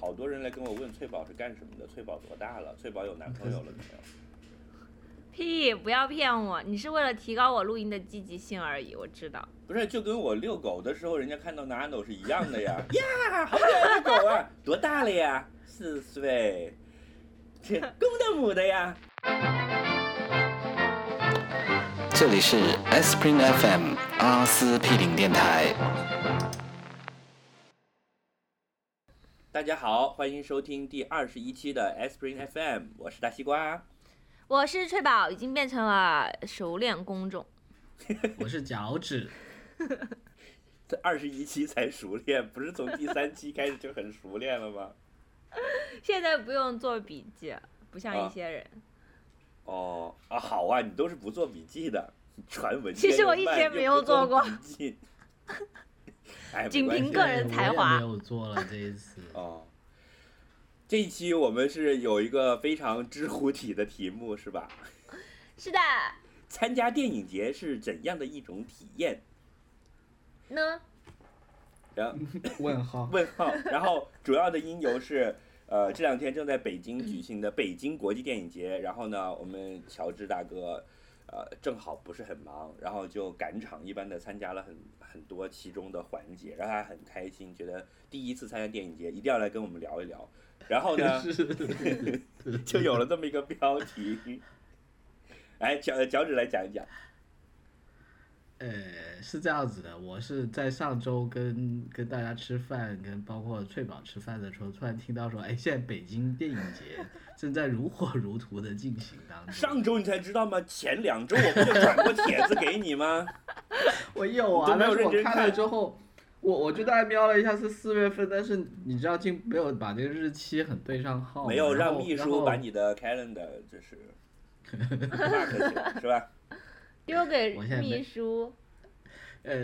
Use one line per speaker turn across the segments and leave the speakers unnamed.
好多人来跟我问翠宝是干什么的，翠宝多大了，翠宝有男朋友了没有？
屁！不要骗我，你是为了提高我录音的积极性而已，我知道。
不是，就跟我遛狗的时候，人家看到 Nano 是一样的呀。呀，好可爱的狗啊，多大了呀？四岁。这公的母的呀。
这里是 s p r i n g FM 阿斯匹林电台。
大家好，欢迎收听第二十一期的 S p r i n g FM，我是大西瓜。
我是翠宝，已经变成了熟练工种。
我是脚趾，
这二十一期才熟练，不是从第三期开始就很熟练了吗？
现在不用做笔记，不像
啊
一些人。
哦啊，好啊，你都是不做笔记的， 你传文件
其实
又
我一
慢
直
又
没
不
有做过
笔 记。哎，没
仅
关
凭
系
个人才华
我也没有做了这一次。
哦。这一期我们是有一个非常知乎体的题目，是吧？
是的，
参加电影节是怎样的一种体验？
呢，
然后
问号，，
问号，然后主要的因由是，呃，这两天正在北京举行的北京国际电影节，然后呢，我们乔治大哥，呃，正好不是很忙，然后就赶场一般的参加了很很多其中的环节，让他很开心，觉得第一次参加电影节一定要来跟我们聊一聊，然后 呢
是
就有了这么一个标题。 哎，脚脚趾来讲一讲，
呃，是这样子的，我是在上周跟跟大家吃饭，跟包括翠宝吃饭的时候，突然听到说，哎，现在北京电影节正在如火如荼的进行当中。
上周你才知道吗？前两周我不就转过帖子给你吗？
我有
你
啊，
都没
但
有
是
认
我
真
看
看
了之后，我我就大概瞄了一下是四月份，但是你知道竟没有把这个日期很对上号嘛，
没有
哦然
让
后
秘
然
书
后
把你的 calendar 就是 mark 起来，是吧？
丢给
我现在没
秘书。
呃，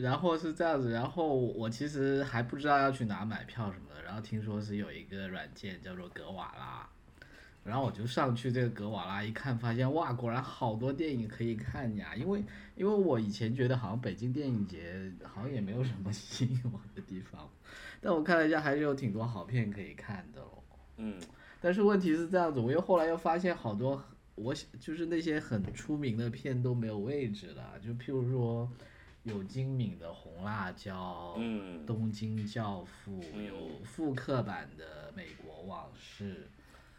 然后是这样子，然后我其实还不知道要去哪买票什么的，然后听说是有一个软件叫做格瓦拉，然后我就上去这个格瓦拉一看，发现哇，果然好多电影可以看呀！因为因为我以前觉得好像北京电影节好像也没有什么 吸引我的地方，但我看了一下，还是有挺多好片可以看的哦。
嗯，
但是问题是这样子，我又后来又发现好多我喜就是那些很出名的片都没有位置了，就譬如说有金敏的《红辣椒》，
嗯
东京教父》，
嗯
有复刻版的《美国往事》，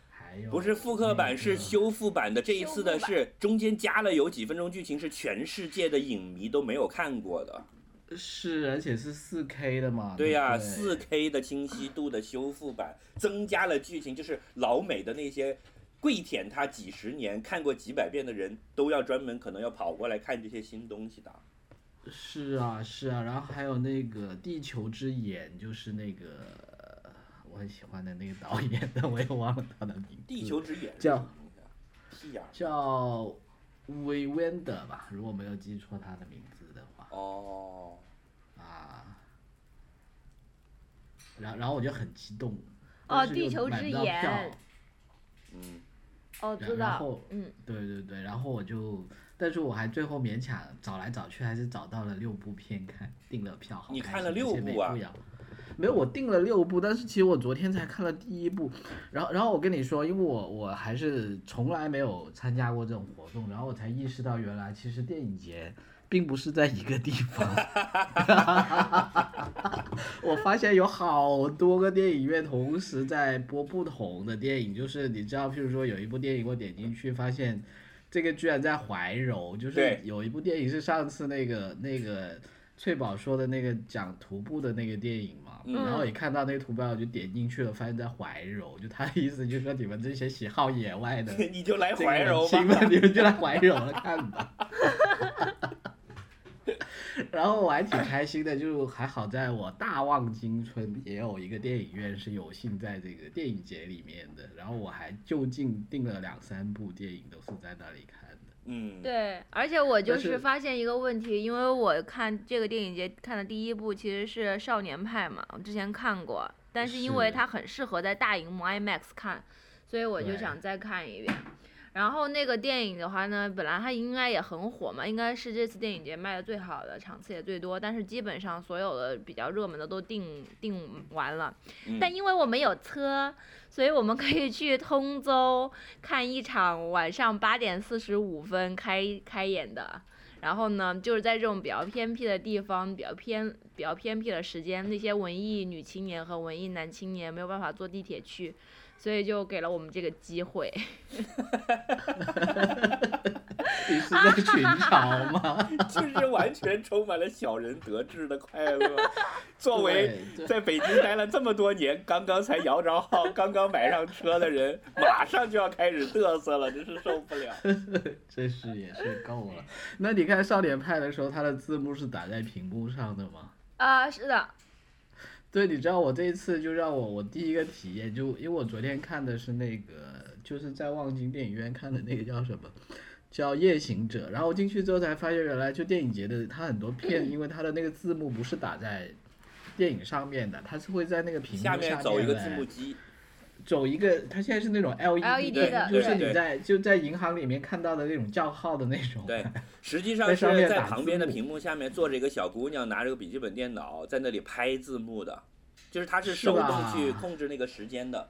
还有
不是复刻版，
那
是
个
修复版的。这一次的
修复
是中间加了有几分钟剧情，是全世界的影迷都没有看过
啊
的。
是而且是四 K 的嘛？
对呀、
不
四 K 的清晰度的修复版，增加了剧情，就是老美的那些跪舔他几十年、看过几百遍的人都要专门可能要跑过来看这些新东西的。
是啊，是啊，然后还有那个《地球之眼》，就是那个呃我很喜欢的那个导演，但我也忘了他的名字。
地球之眼是
叫
什么东西啊？屁眼儿
叫 v i v e n d e r 吧，如果没有记错他的名字的话
哦，
啊。然然后我就很激动，
哦
但是
地
又
球
买
之
不到
眼
票
嗯，
哦，
然
知
然
道
后，
嗯，
对对对，然后我就，但是我还最后勉强找来找去，还是找到了六部片看，订了票。好
你
开
看
心
了
而
六
且每
部啊
呀没有，我订了六部，但是其实我昨天才看了第一部。然后，然后我跟你说，因为我我还是从来没有参加过这种活动，然后我才意识到原来其实电影节并不是在一个地方。 我发现有好多个电影院同时在播不同的电影，就是你知道，譬如说有一部电影我点进去发现，这个居然在怀柔，就是
对
有一部电影是上次那个那个翠宝说的那个讲徒步的那个电影嘛，
嗯
然后也看到那个图标我就点进去了，发现在怀柔，就他的意思就是说你们这些喜好野外的
你就来
这个
怀柔吧
行。吧，你们就来怀柔了看吧。 然后我还挺开心的，就还好在我大望京村也有一个电影院是有幸在这个电影节里面的，然后我还就近订了两三部电影，都是在那里看的。
嗯，
对，而且我就
但
是
是
发现一个问题，因为我看这个电影节看的第一部其实是《少年派》嘛，我之前看过，但是因为
是
它很适合在大荧幕 IMAX 看，所以我就
对
想再看一遍。然后那个电影的话呢，本来它应该也很火嘛，应该是这次电影节卖的最好的，场次也最多，但是基本上所有的比较热门的都定定完了。
嗯
但因为我们有车，所以我们可以去通州看一场晚上八点四十五分开开演的。然后呢，就是在这种比较偏僻的地方，比较偏比较偏僻的时间，那些文艺女青年和文艺男青年没有办法坐地铁去，所以就给了我们这个机会。
你是在群嘲 吗？
就是完全充满了小人得志的快乐。 作为
对对
在北京待了这么多年，刚刚才摇着号、刚刚买上车的人，马上就要开始嘚瑟了，真是受不了。
真是也是够了。那你看少年派的时候，它的字幕是打在屏幕上的吗？
啊、是的，
对，你知道我这一次就让我我第一个体验就，因为我昨天看的是那个，就是在望京电影院看的那个叫什么，叫《夜行者》。然后我进去之后才发现，原来就电影节的它很多片，因为它的那个字幕不是打在电影上面的，它是会在那个屏幕
下面走一个字
来
幕机，
走一个，它现在是那种 LED
LED E 的
就是
对
你在就在银行里面看到的那种叫号的那种。
对，实际上
哦在
是
上面
在
打
旁
字
边的
幕
屏幕下面坐着一个小姑娘，拿着个笔记本电脑在那里拍字幕的，就是她是
是
手动
吧
去控制那个时间的。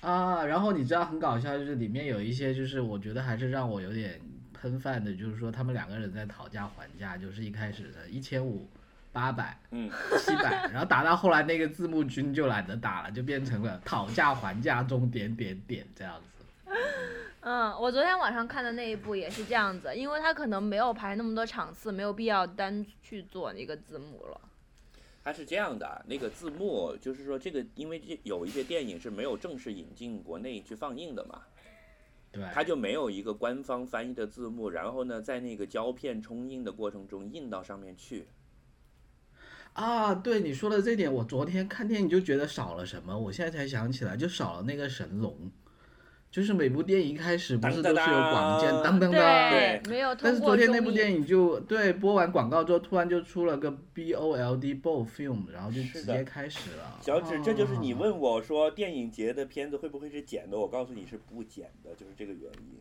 啊，然后你知道很搞笑，就是里面有一些，就是我觉得还是让我有点喷饭的，就是说他们两个人在讨价还价，就是一开始的一千五、八百、
嗯，
七百，然后打到后来那个字幕君就懒得打了，就变成了讨价还价中点点点这样子。
嗯，我昨天晚上看的那一部也是这样子，因为他可能没有排那么多场次，没有必要单去做那个字幕了。
它是这样的，啊那个字幕就是说这个，因为这有一些电影是没有正式引进国内去放映的嘛，
对，
它就没有一个官方翻译的字幕，然后呢，在那个胶片冲印的过程中印到上面去。
啊，对你说的这点，我昨天看电影就觉得少了什么，我现在才想起来，就少了那个神龙，就是每部电影一开始不是都是有广见，
当
当当当。
对，没有
但
通
是
过
昨天那
综
部
艺
电影就对播完广告之后，突然就出了个 B O L D BOLD film，然后就是直
的
接开始了。
小指，这就是你
啊
问我说电影节的片子会不会是剪的？我告诉你是不剪的，就是这个原因。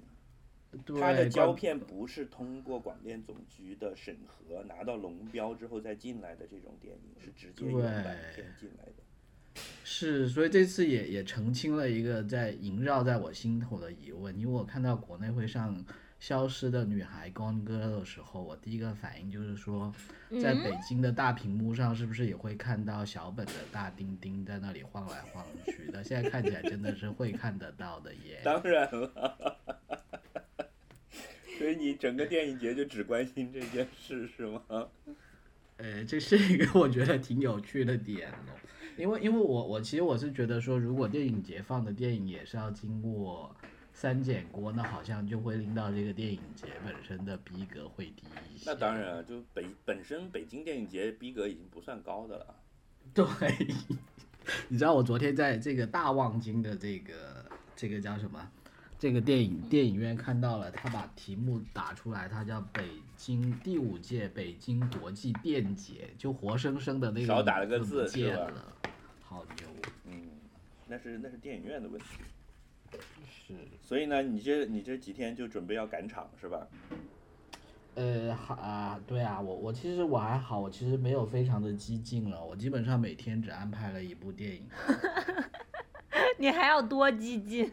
对
它的胶
广
片不是通过广电总局的审核拿到龙标之后再进来的这种电影，是直接原版片进来的。
是，所以这次也也澄清了一个在萦绕在我心头的疑问，因为我看到国内会上《消失的女孩》Gone Girl 的时候，我第一个反应就是说，
嗯
在北京的大屏幕上是不是也会看到小本的大丁丁在那里晃来晃去？但现在看起来真的是会看得到的耶。
当然了，所以你整个电影节就只关心这件事是吗？
呃，这是一个我觉得挺有趣的点哦，因为因为我我其实我是觉得说，如果电影节放的电影也是要经过三检过，那好像就会令到这个电影节本身的逼格会低一些。
那当，然啊，就北本身北京电影节逼格已经不算高的了。
对。你知道我昨天在这个大望京的这个这个叫什么？这个电影电影院看到了，他把题目打出来，它叫北京第五届北京国际电节，就活生生的那个
少打了个
不
字是
见
吧
了，好牛。
嗯，那是那是电影院的问题。
是，
所以呢，你这你这几天就准备要赶场是吧？
呃，还啊，对啊，我我其实我还好，我其实没有非常的激进了，我基本上每天只安排了一部电影。
你还要多激 进，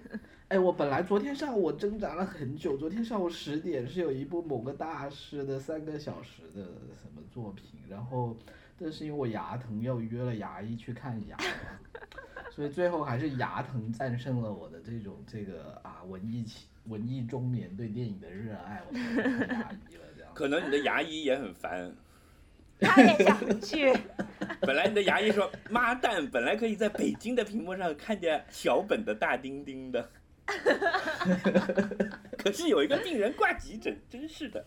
哎，我本来昨天上午我挣扎了很久，昨天上午十点是有一部某个大师的三个小时的什么作品，然后但是因为我牙疼，又约了牙医去看牙嘛，所以最后还是牙疼战胜了我的这种这个啊文艺气文艺中年对电影的热爱，我才去看牙医了这样。
可能你的牙医也很烦。
他也想去。
本来你的牙医说：“妈蛋，本来可以在北京的屏幕上看见小本的大丁丁的，可是有一个病人挂急诊，真是的。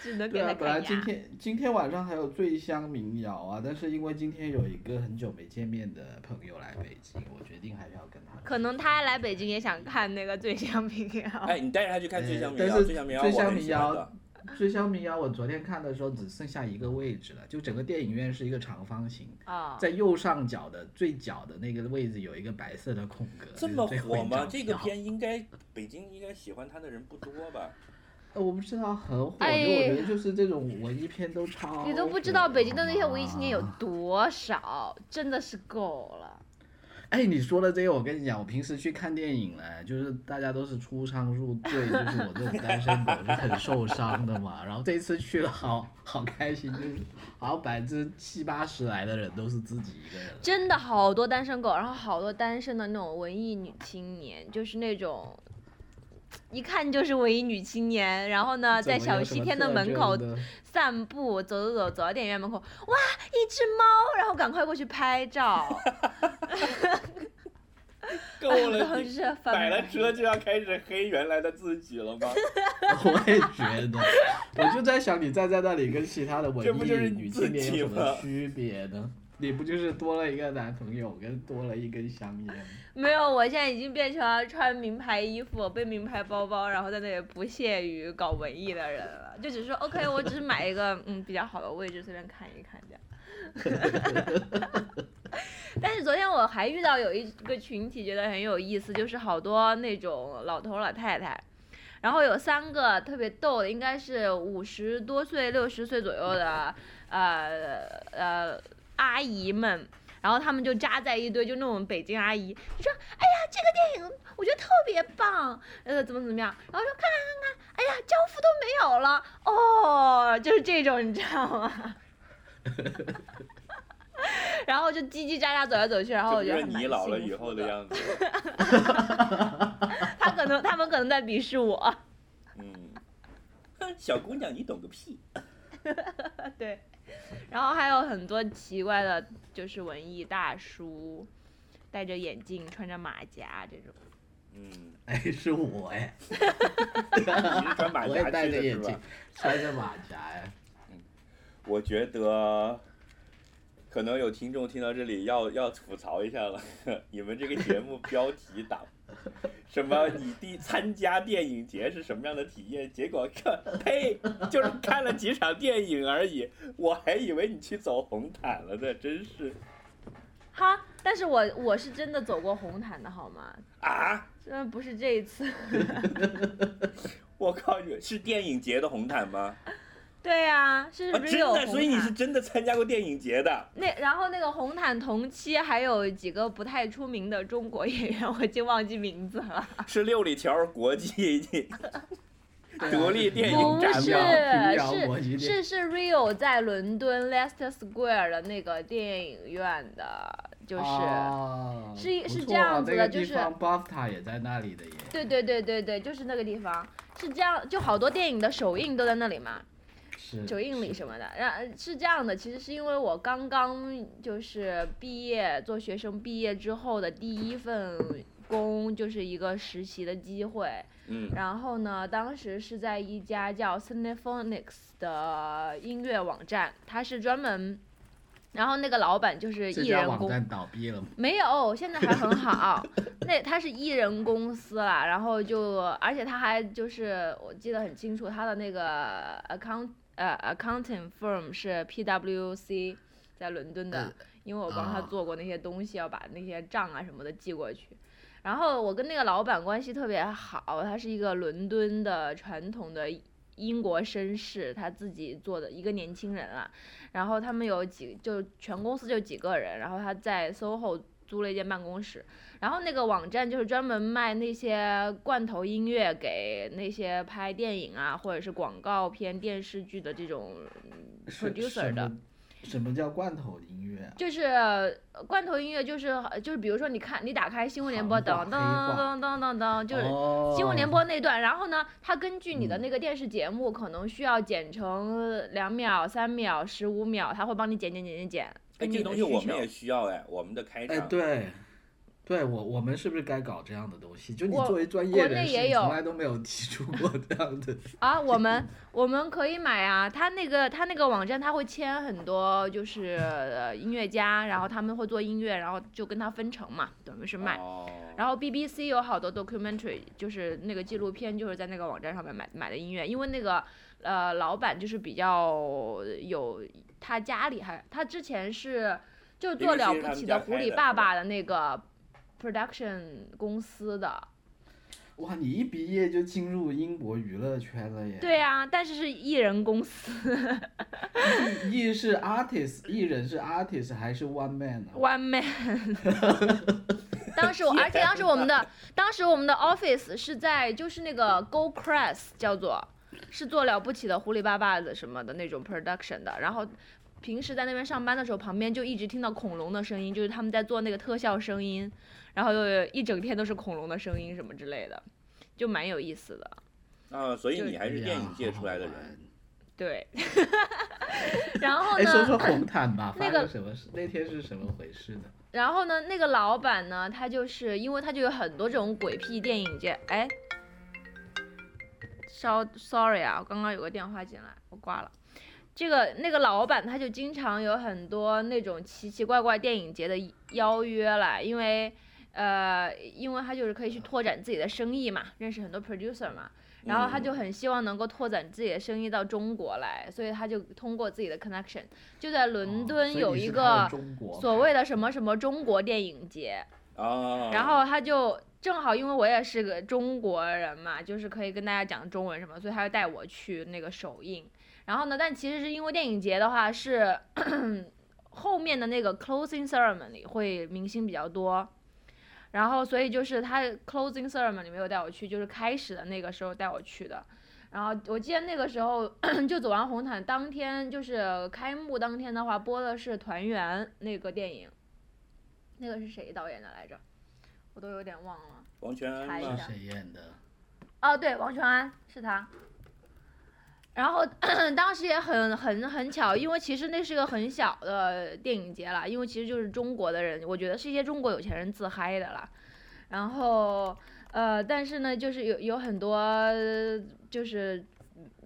只能给
对
他
啊，本来
看
今
牙。
天今天晚上还有醉乡民谣啊，但是因为今天有一个很久没见面的朋友来北京，我决定还是要跟他。
可能他来北京也想看那个《醉乡民谣》。啊
哎，你带着他去看《醉乡民谣》，
但
《
是
醉乡民谣》
醉
我
乡
很
民
喜欢
谣
的。
最消民啊谣》，我昨天看的时候只剩下一个位置了，就整个电影院是一个长方形，
啊，
在右上角的最角的那个位置有一个白色的空格。
这
就是
么
最后
火
一
吗？
张
这个
票
片应该北京应该喜欢他的人不多 吧？
呃，我不知道很火，
哎
就我觉得就是这种文艺片都超火啊的。
你都不知道北京的那些文艺青年有
好吗
多少，真的是够了。
哎，你说的这个，我跟你讲，我平时去看电影呢，就是大家都是出仓入队，就是我这种单身狗是很受伤的嘛。然后这一次去了好，好开心，就是好像百分之七八十来的人都是自己一个人。
真的好多单身狗，然后好多单身的那种文艺女青年，就是那种一看就是文艺女青年。然后呢，
怎
啊在
么
小
有什
西
么
天的
特
门
征
口
的
散步，走走走，走到电影院门口，哇，一只猫，然后赶快过去拍照，
够了，
当
你
时翻
买了
白
车就要开始黑原来的自己了吗？
我也觉得， 我就在想，你站在那里跟其他的文
这不就是
艺
你
女
自
青年
己
有什么
吗
区别呢？你不就是多了一个男朋友，跟多了一根香烟吗？
没有，我现在已经变成了穿名牌衣服、背名牌包包，然后在那里不屑于搞文艺的人了。就只是说 OK，我只是买一个嗯比较好的位置，随便看一看这样。 但是昨天我还遇到有一个群体，觉得很有意思，就是好多那种老头老太太，然后有三个特别逗的，应该是五十多岁、六十岁左右的，呃呃阿姨们，然后他们就扎在一堆，就那种北京阿姨，就说：“哎呀，这个电影我觉得特别棒，呃，怎么怎么样。”然后说：“看看看看，哎呀，教父都没有了哦，就是这种，你知道吗？” 然后就叽叽喳喳走哦来走去，然
这
后
不
我觉得
是
还蛮
你老了
幸
以
福
后的样子。
他可能他们可能在鄙视我，
嗯， 哼小姑娘，你懂个屁！
对，然后还有很多奇怪的，就是文艺大叔，戴着眼镜，穿着马甲这种。
嗯，
哎，是我哎，
你是穿马
我也
甲
戴
去
着
的是
眼镜
吧？，
穿着马甲哎。
我觉得。可能有听众听到这里要要吐槽一下了， 你们这个节目标题党，什么你第参加电影节是什么样的体验？结果看，呸，就是看了几场电影而已，我还以为你去走红毯了呢，真是
哈，但是我我是真的走过红毯的好吗？
啊！
真的不是这一次。
我靠，是电影节的红毯吗？
对呀、是
啊，真
real 嗯红
的，
毯。
所以你是真的参加过电影节 的。
那然后那个红毯同期还有几个不太出名的中国演员，我已经忘记名字了。
是六里桥国际 独立电影
不
展
是
平遥国际
是是
电
是 Rio 在伦敦 Leicester Square 的那个电影院的，就是、
哦
是一
不
是这
错
样子
那
的
个地
就是
方 BAFTA 也在那里的耶。
对对对对对，就是那个地方，是这样，就好多电影的首映都在那里嘛，
是
首映礼
嗯是
什么的。然是这样的，其实是因为我刚刚就是毕业做学生毕业之后的第一份工就是一个实习的机会，
嗯
然后呢，当时是在一家叫 Cinephonics 的音乐网站，它是专门，然后那个老板就是
这
艺
家
人
网
公
站倒闭了吗？
没有，现在还很好。那他是艺人公司啦，然后就，而且他还就是，我记得很清楚，他的那个 account 呃 accounting firm 是 PwC，在伦敦的，因为我帮他
啊
做过那些东西，要把那些账啊什么的寄过去。然后我跟那个老板关系特别好，他是一个伦敦的传统的英国绅士，他自己做的一个年轻人啊。然后他们有几就全公司就几个人，然后他在 SOHO 租了一间办公室，然后那个网站就是专门卖那些罐头音乐给那些拍电影啊或者是广告片、电视剧的这种嗯
是
producer 的
什。么什么叫罐头音乐啊？
就是呃罐头音乐，就是呃就是，比如说你看，你打开新闻联播，
行话
噔噔噔
黑
噔噔噔，就是
哦
新闻联播那段。然后呢，它根据你的
嗯
那个电视节目，可能需要剪成两秒、三秒、十五秒，它会帮你剪剪剪剪剪。
哎，
根据
这
你
个
的
东西
需
我们
求
也需要哎，我们的开
哎，
场
对，对我，我们是不是该搞这样的东西？就你
我
作为专
国
业
内
人士，
也
你
有
从来都没有提出过这样的。
啊，我
嗯
们我们可以买啊，他那个他那个网站他会签很多就是呃音乐家，然后他们会做音乐，然后就跟他分成嘛，等于是卖。
哦、
然后 BBC 有好多 documentary，就是那个纪录片，就是在那个网站上面买买的音乐，因为那个呃老板就是比较有他家里还他之前是就
BBC
做了
是他
不
们
起
家
的狐
开
狸
的
爸
是吧
爸的那个 production 公司的，
哇，你一毕业就进入英国娱乐圈了耶！
对啊，但是是艺人公司
艺是 artist，艺人是 artist 还是 one man 啊呢、
one man。当时我，而且当时我们的，当时我们的 office 是在就是那个 Go Crest 叫做，是做了不起的狐狸爸爸的什么的那种 production 的，然后。平时在那边上班的时候，旁边就一直听到恐龙的声音，就是他们在做那个特效声音，然后又有一整天都是恐龙的声音什么之类的，就蛮有意思的。
啊，所以
就
你还是电影界出来的人。
对， 然后
哎，
呢？
说说红毯吧，
那
发
个
生什么事？那天是什么回事呢？
然后呢，那个老板呢，他就是因为他就有很多这种鬼屁电影界，哎，稍 sorry 啊，我刚刚有个电话进来，我挂了。这个那个老板他就经常有很多那种奇奇怪怪电影节的邀约来，因为呃，因为他就是可以去拓展自己的生意嘛，认识很多 producer 嘛，
嗯
然后他就很希望能够拓展自己的生意到中国来，所以他就通过自己的 connection，就在伦
哦
敦
所以
有
你
一
是
个、
看了中国
所谓的什么什么中国电影节，
哦，
然后他就正好因为我也是个中国人嘛，就是可以跟大家讲中文什么，所以他就带我去那个首映。然后呢，但其实是因为电影节的话是 后面的那个 closing ceremony 会明星比较多，然后所以就是他 closing ceremony 没有带我去，就是开始的那个时候带我去的。然后我记得那个时候 就走完红毯当天，就是开幕当天的话播的是《团圆》那个电影，那个是谁导演的来着？我都有点忘了。
王全安
查一
嘛
下
是谁演的？
哦，对，王全安是他。然后 当时也很很很巧，因为其实那是个很小的电影节啦，因为其实就是中国的人，我觉得是一些中国有钱人自嗨的啦。然后呃，但是呢，就是有有很多就是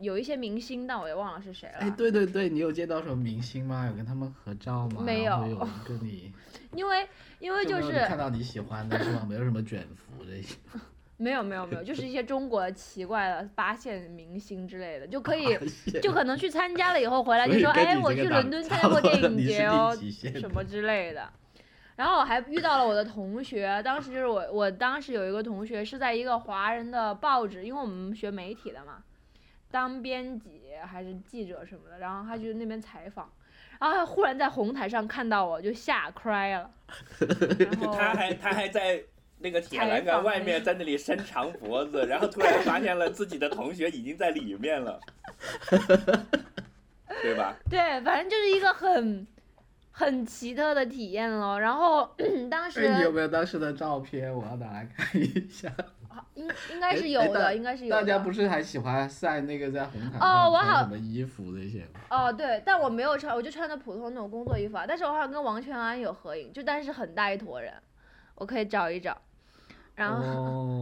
有一些明星，但我也忘了是谁了。
哎，对对对，你有见到什么明星吗？有跟他们合照吗？
没
然后
有
有人跟你，
因为因为就
没有
是
看到你喜欢的是吧？没有什么卷福这些。
没有没有没有，就是一些中国奇怪的八线明星之类的，就可
啊
以就可能去参加了以后回来就说，哎，我去伦敦参加 过电影节哦，什么之类的。然后我还遇到了我的同学，当时就是我，我当时有一个同学是在一个华人的报纸，因为我们学媒体的嘛，当编辑还是记者什么的，然后他去那边采访，然后他忽然在红毯上看到我就吓 cry 了，然后
他 还他还在那个铁栏
采
杆
访
外面在那里伸长脖子，然后突然发现了自己的同学已经在里面了，对吧？
对，反正就是一个很很奇特的体验咯。然后 当时
哎，你有没有当时的照片？我要拿来看一下。
应应该是
哎
有
哎
的，
大
应该 是有的。
大家不是还喜欢晒那个在红毯
哦
上
我
穿
好
什么衣服这些吗？
哦，对，但我没有穿，我就穿的普通那种工作衣服啊。但是我好像跟王全安有合影，就但是很大一坨人，我可以找一找。然后、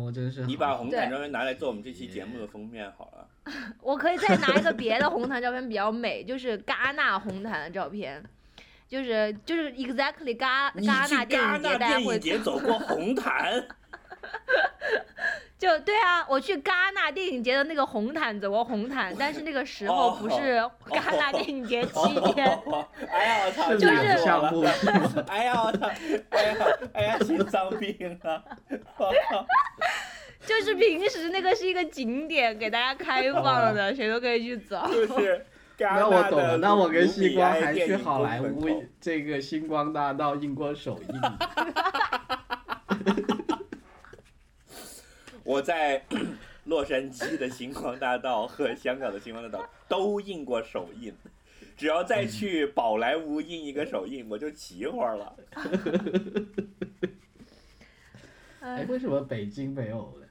哦，真是
你
好
把红毯
对
专门拿来做我们这期节目的封面好了。
我可以再拿一个别的红毯照片比较美，就是戛纳红毯的照片，就是就是 exactly 戛
你去
戛纳电
戛
影节，
纳
大家
电
会
影节走过红毯，
就对啊，我去戛纳电影节的那个红毯走过红毯，但是那个时候不是戛纳电影节期间，
哎呀我操，
是
就是
气死
两
我
项
了
目是吗？
哎呀我操，哎呀哎呀心脏病啊！我操，
就是平时那个是一个景点，给大家开放
哦
的，谁都可以去走。
就是戛
那我
纳
懂了，
的
那我跟
卢比
星光
埃
还
电
去
影
好
宫
莱
门
坞
口
这个星光大道映过首 映。
我在 洛杉矶的星光大道和香港的星光大道都印过手印，只要再
嗯
去宝莱坞印一个手印，我就齐活了。
哎，
哎，
为什么北京没有呢？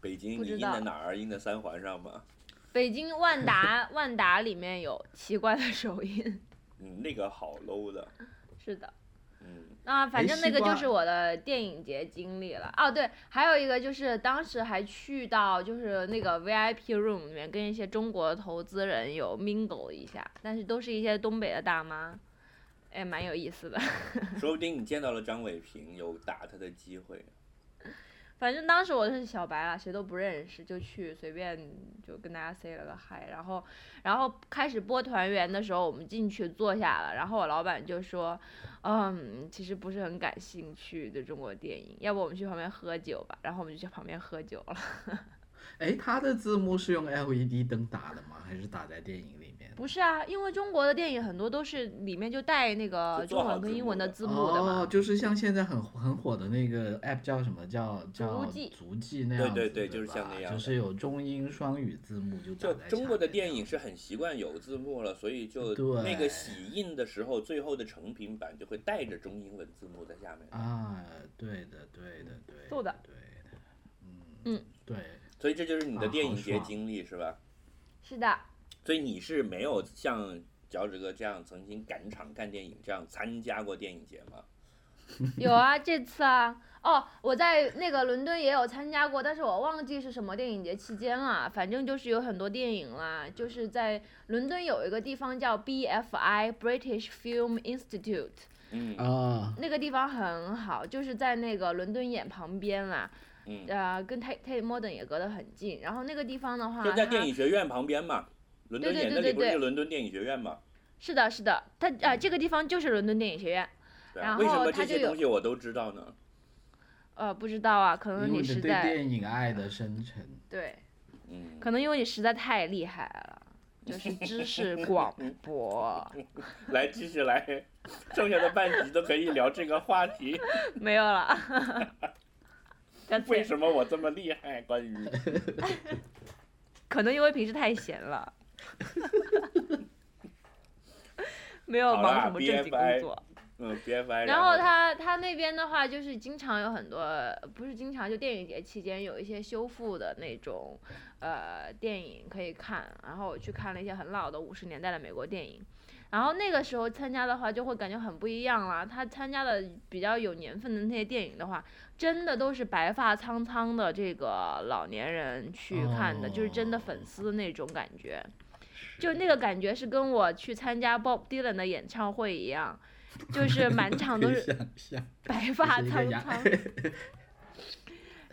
北京
不
你
知
印
道
在哪儿？印在三环上吗？
北京万达，万达里面有奇怪的手印，
嗯，那个好 low 的。
是的。
嗯，
啊，反正那个
哎西瓜
就是我的电影节经历了。哦，对，还有一个就是当时还去到就是那个 VIP room 里面跟一些中国投资人有 mingle 一下，但是都是一些东北的大妈，哎，蛮有意思的。
说不定你见到了张伟平，有打他的机会。
反正当时我是小白了，谁都不认识，就去随便就跟大家 say 了个 hi，然后，然后开始播团圆的时候，我们进去坐下了，然后我老板就说，嗯，其实不是很感兴趣对中国电影，要不我们去旁边喝酒吧，然后我们就去旁边喝酒了。
哎，它的字幕是用 LED 灯打的吗？还是打在电影里面？
不是啊，因为中国的电影很多都是里面就带那个
就做
中
好
文跟
字
英
幕
文的
的
字幕的嘛。
哦，就是像现在很很火的那个 app 叫什么？叫叫
足迹
足迹那样子
对对对
对
就是
吧
像那样的
就是有中英双语字幕就
就
打在
中国的
上面
电影是很习惯有字幕了，所以就
对
那个喜印的时候，最后的成品版就会带着中英文字幕在下面。
啊，对的对的对的，
做的
对的，
嗯
对，
所以这就是你的
啊
电
好
影节
爽
经历、是吧？
是的，
所以你是没有像脚趾哥这样曾经赶场看电影，这样参加过电影节吗？
有啊，这次啊，哦，我在那个伦敦也有参加过，但是我忘记是什么电影节期间了，反正就是有很多电影啦，就是在伦敦有一个地方叫 BFI British Film Institute，
嗯
啊，
那个地方很好，就是在那个伦敦眼旁边啦，
嗯，
呃，跟 Tate Tate Modern 也隔得很近，然后那个地方的话，
就在
它
电影学院旁边嘛。伦敦
对对
眼
对
那里
对
不是
对
就伦敦电影学院嘛？
是的，是的，它啊、这个地方就是伦敦电影学院，
对啊
然
为什
后
么
它
这
就
些
有
东西我都知道呢？
呃，不知道啊，可能
因为
你
你
实
对
在
电影爱的深沉，
对。
嗯，
可能因为你实在太厉害了，就是知识广博。
来继续来， 剩下的半集都可以聊这个话 题。
没有了。That's it
为什么我这么厉害？关于
可能因为平时太 闲了，没有忙什么正经工作。
嗯 BFI，
然
后
后他他那边的话，就是经常有很多，不是经常就电影节期间有一些修复的那种，呃，电影可以看。然后我去看了一些很老的五十年代的美国电影，然后那个时候参加的话，就会感觉很不一样啦。他参加的比较有年份的那些电影的话，真的都是白发苍苍的这个老年人去看的，就是真的粉丝那种感觉。就那个感觉是跟我去参加 Bob Dylan 的演唱会一样，就是满场都
可以
是
想象，
白发
就是一
苍
个牙
苍。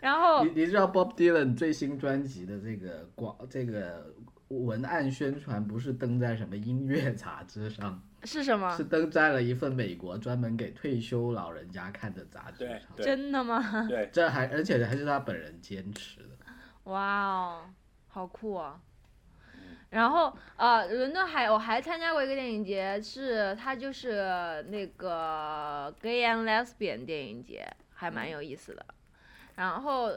然后
你你知道 Bob Dylan 最新专辑的这个广这个文案宣传不是登在什么音乐杂志上，
是什么
是？登在了一份美国专门给退休老人家看的杂志
对
上。
对
真的吗？
对，
这还而且还是他本人坚持的。
哇哦，好酷啊！然后呃，伦敦还我还参加过一个电影节，是它就是那个 gay and lesbian 电影节，还蛮有意思的。然后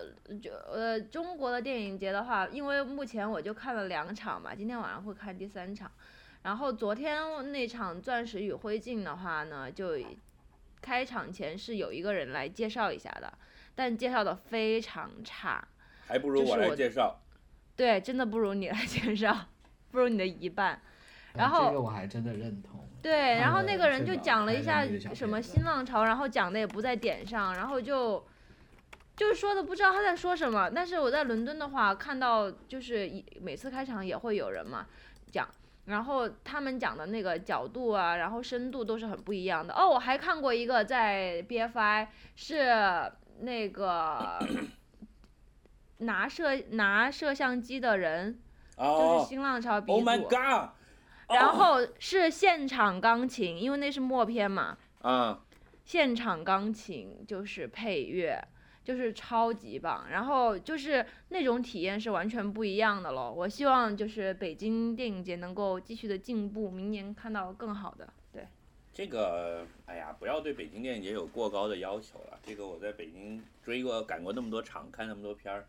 就呃，中国的电影节的话，因为目前我就看了两场嘛，今天晚上会看第三场。然后昨天那场《钻石与灰烬》的话呢，就开场前是有一个人来介绍一下的，但介绍的非常差。
还不如
这是
我来
我
介绍。
对，真的不如你来介绍， 不如你的一半。然后
这个我还真的认同。
对，
看
然后
了
那个人
这
就讲了
拍
一下
那个小
什么
片
新
段
浪潮，然后讲的也不在点上，然后就就是说的不知道他在说什么。但是我在伦敦的话，看到就是一每次开场也会有人嘛讲，然后他们讲的那个角度啊，然后深度都是很不一样的。哦，我还看过一个在 BFI 是那个 拿摄拿摄像机的人，就是
哦
新浪潮鼻祖。
，Oh my God！
哦
然后是现场钢琴，因为那是默片嘛，
啊，
现场钢琴就是配乐，就是超级棒。然后就是那种体验是完全不一样的咯。我希望就是北京电影节能够继续的进步，明年看到更好的。对，
这个，哎呀，不要对北京电影节有过高的要求了。这个我在北京追过、赶过那么多场，看那么多片儿，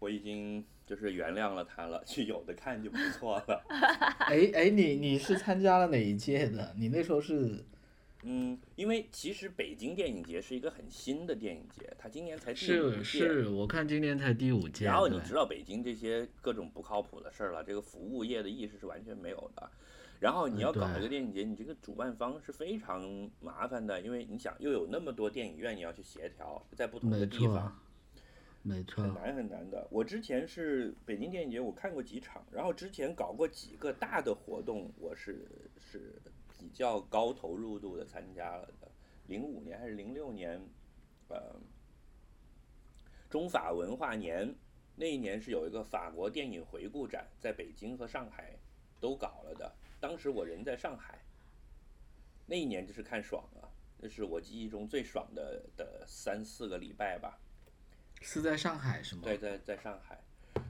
我已经就是原谅了他了，去有的看就不错了。
哎哎，你你是参加了哪一届的？你那时候是
嗯，因为其实北京电影节是一个很新的电影节，它今年才第五届。
是是，我看今年才第五届。
然后你
对
知道北京这些各种不靠谱的事儿了，这个服务业的意识是完全没有的。然后你要搞
呃对
一个电影节，你这个主办方是非常麻烦的，因为你想又有那么多电影院，你要去协调，在不同的
没
地
错
方，，
没
很
错，
难很难的。我之前是北京电影节，我看过几场，然后之前搞过几个大的活动，我是是比较高投入度的参加了的。零五年还是零六年，呃，中法文化年那一年是有一个法国电影回顾展，在北京和上海都搞了的。当时我人在上海，那一年就是看爽了、那是我记忆中最爽的的三四个礼拜吧。
是在上海是吗？
对，在在上海。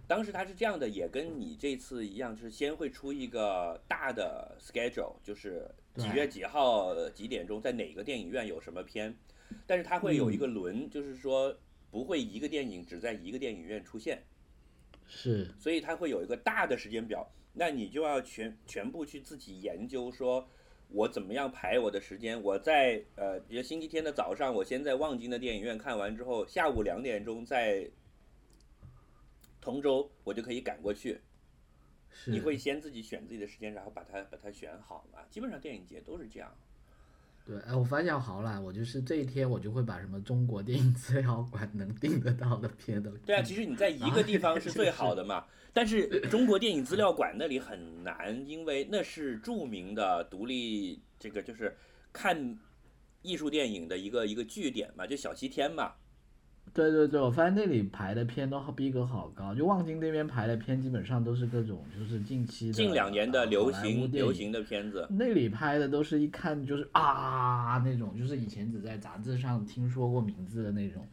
当时他是这样的，也跟你这次一样，就是先会出一个大的 schedule，就是几
对
月几号呃几点钟在哪个电影院有什么片，但是它会
嗯
有一个轮，就是说不会一个电影只在一个电影院出现，
是
所以它会有一个大的时间表，那你就要全全部去自己研究说。我怎么样排我的时间？我在呃，比如星期天的早上，我先在望京的电影院看完之后，下午两点钟在同州，我就可以赶过去。
是，
你会先自己选自己的时间，然后把它把它选好嘛？基本上电影节都是这样。
对，哎，我发现好懒，我就是这一天我就会把什么中国电影资料馆能订得到的片都
对啊，其实你在一个地方是最好的嘛。
啊
但是中国电影资料馆那里很难，因为那是著名的独立，这个就是看艺术电影的一个一个据点嘛，就小西天嘛。
对对对，我发现那里排的片都好逼格好高，就望京那边排的片基本上都是各种就是近期的
近两年的
呃
流
好莱坞
行
电
流
影
行的片子，
那里拍的都是一看就是啊那种，就是以前只在杂志上听说过名字的那种。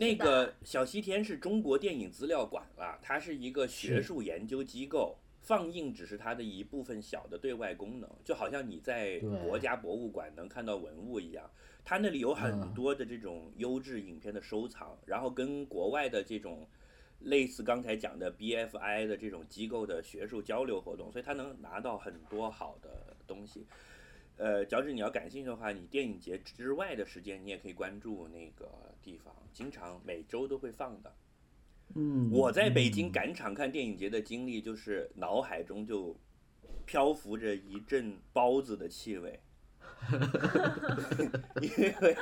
那个小西天是中国电影资料馆啦，它是一个学
是
术研究机构，放映只是它的一部分小的对外功能，就好像你在
对
国家博物馆能看到文物一样，它那里有很
嗯
多的这种优质影片的收藏，然后跟国外的这种。类似刚才讲的 BFI 的这种机构的学术交流活动，所以他能拿到很多好的东西。呃，脚趾你要感兴趣的话，你电影节之外的时间，你也可以关注那个地方，经常每周都会放的。
嗯，
我在北京
嗯
赶场看电影节的经历，就是脑海中就漂浮着一阵包子的气味， 因为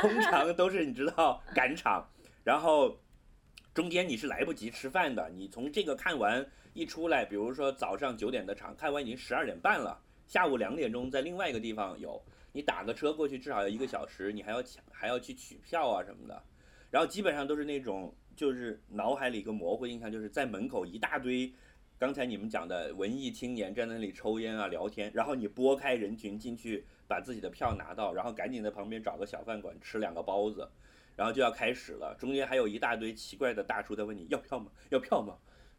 通常都是你知道赶场，然后中间你是来不及吃饭的，你从这个看完一出来，比如说早上九点的场看完已经十二点半了，下午两点钟在另外一个地方有，你打个车过去至少要一个小时，你还要抢还要去取票啊什么的。然后基本上都是那种，就是脑海里一个模糊印象，就是在门口一大堆，刚才你们讲的文艺青年站在那里抽烟啊聊天，然后你拨开人群进去，把自己的票拿到，然后赶紧在旁边找个小饭馆吃两个包子，然后就要开始了。中间还有一大堆奇怪的大叔在问你要票吗？要票吗？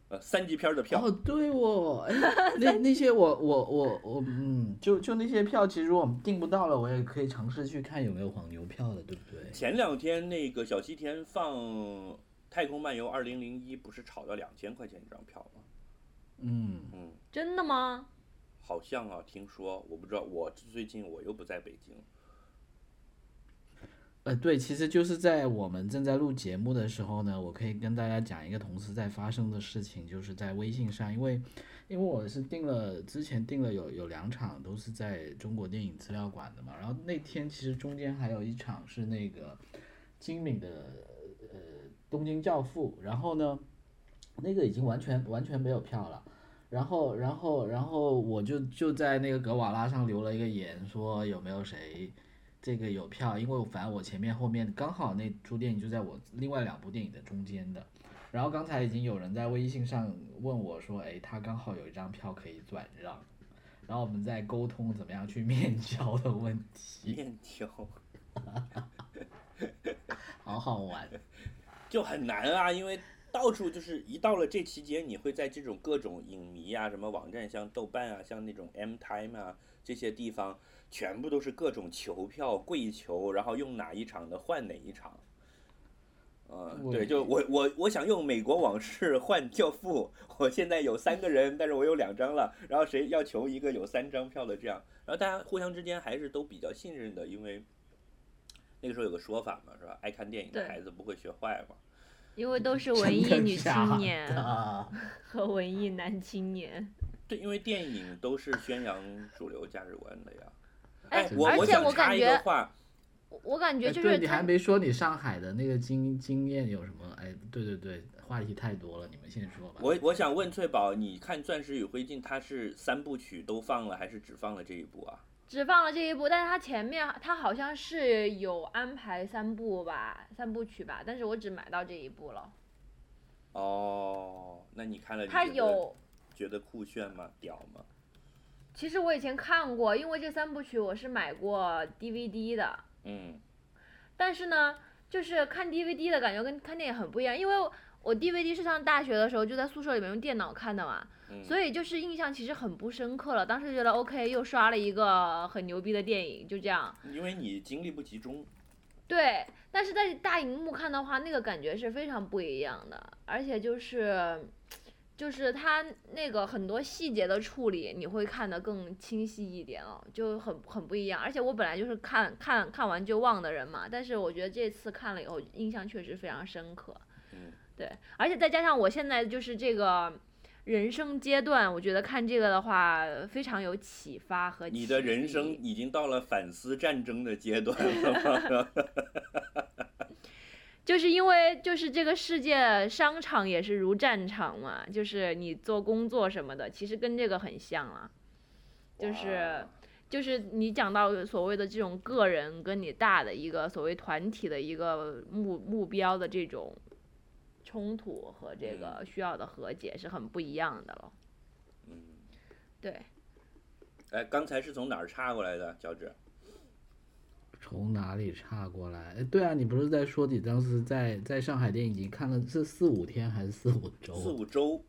呃，三级片儿的票
哦，，对哦，哎那那些我我我我嗯，就就那些票，其实如果我们订不到了，我也可以尝试去看有没有黄牛票的，对不对？
前两天那个小西天放《太空漫游二零零一》，不是炒到两千块钱一张票吗？
嗯，
嗯，
真的吗？
好像啊，听说我不知道，我最近我又不在北京。
呃，对，其实就是在我们正在录节目的时候呢，我可以跟大家讲一个同时在发生的事情，就是在微信上，因为因为我是订了之前订了有有两场都是在中国电影资料馆的嘛，然后那天其实中间还有一场是那个金敏的呃东京教父，然后呢，那个已经完全完全没有票了。然后，然后，然后我就就在那个格瓦拉上留了一个言，说有没有谁这个有票，因为我反正我前面后面刚好那出电影就在我另外两部电影的中间的。然后刚才已经有人在微信上问我说，哎，他刚好有一张票可以转让，然后我们在沟通怎么样去面 交的问题，
面条
好好玩。
就很难啊，因为到处就是一到了这期间，你会在这种各种影迷啊、什么网站，像豆瓣啊、像那种 M Time 啊这些地方，全部都是各种求票、跪求，然后用哪一场的换哪一场。嗯，对，
对
就我我我想用《美国往事》 换《教父》，我现在有三个人，但是我有两张了，然后谁要求一个有三张票的这样，然后大家互相之间还是都比较信任的，因为那个时候有个说法嘛，是吧？爱看电影的
对
孩子不会学坏嘛。
因为都是文艺
真的
女
假
啊
青年
的
和文艺男青年，
对，因为电影都是宣扬主流价值观的呀。
哎
我
而
我
且
想
我
感
插一
觉
个话，
我我感觉
哎
就
对
是
你
他
还没说你上海的那个经经验有什么？哎，对对对，话题太多了，你们先说吧。
我我想问翠宝，你看《钻石与灰烬》，它是三部曲都放了，还是只放了这一部啊？
只放了这一部，但是它前面它好像是有安排三部吧，三部曲吧，但是我只买到这一部了。
哦，那你看了，
它有，
觉得酷炫吗？屌吗？
其实我以前看过，因为这三部曲我是买过 DVD 的，
嗯，
但是呢，就是看 DVD 的感觉跟看电影很不一样，因为我我 DVD 是上大学的时候就在宿舍里面用电脑看的嘛，
嗯
所以就是印象其实很不深刻了。当时觉得 OK，又刷了一个很牛逼的电影，就这样。
因为你精力不集中，
对，但是在大荧幕看的话，那个感觉是非常不一样的，而且就是。就是它那个很多细节的处理，你会看得更清晰一点哦，就很很不一样。而且我本来就是看看看完就忘的人嘛，但是我觉得这次看了以后，印象确实非常深刻。
嗯，
对，而且再加上我现在就是这个人生阶段，我觉得看这个的话非常有启发和
你的
启
人生
迪
已经到了反思战争的阶段了吗？
就是因为就是这个世界商场也是如战场嘛，就是你做工作什么的，其实跟这个很像啊。 就是
哇
就是你讲到所谓的这种个人跟你大的一个所谓团体的一个目目标的这种冲突和这个需要的和解是很不一样的了。
嗯，
对，
哎，刚才是从哪儿插过来的，脚趾？
从哪里岔过来？哎，对啊，你不是在说你当时在在上海电影节看了是四五天还是四五周啊？
四五周，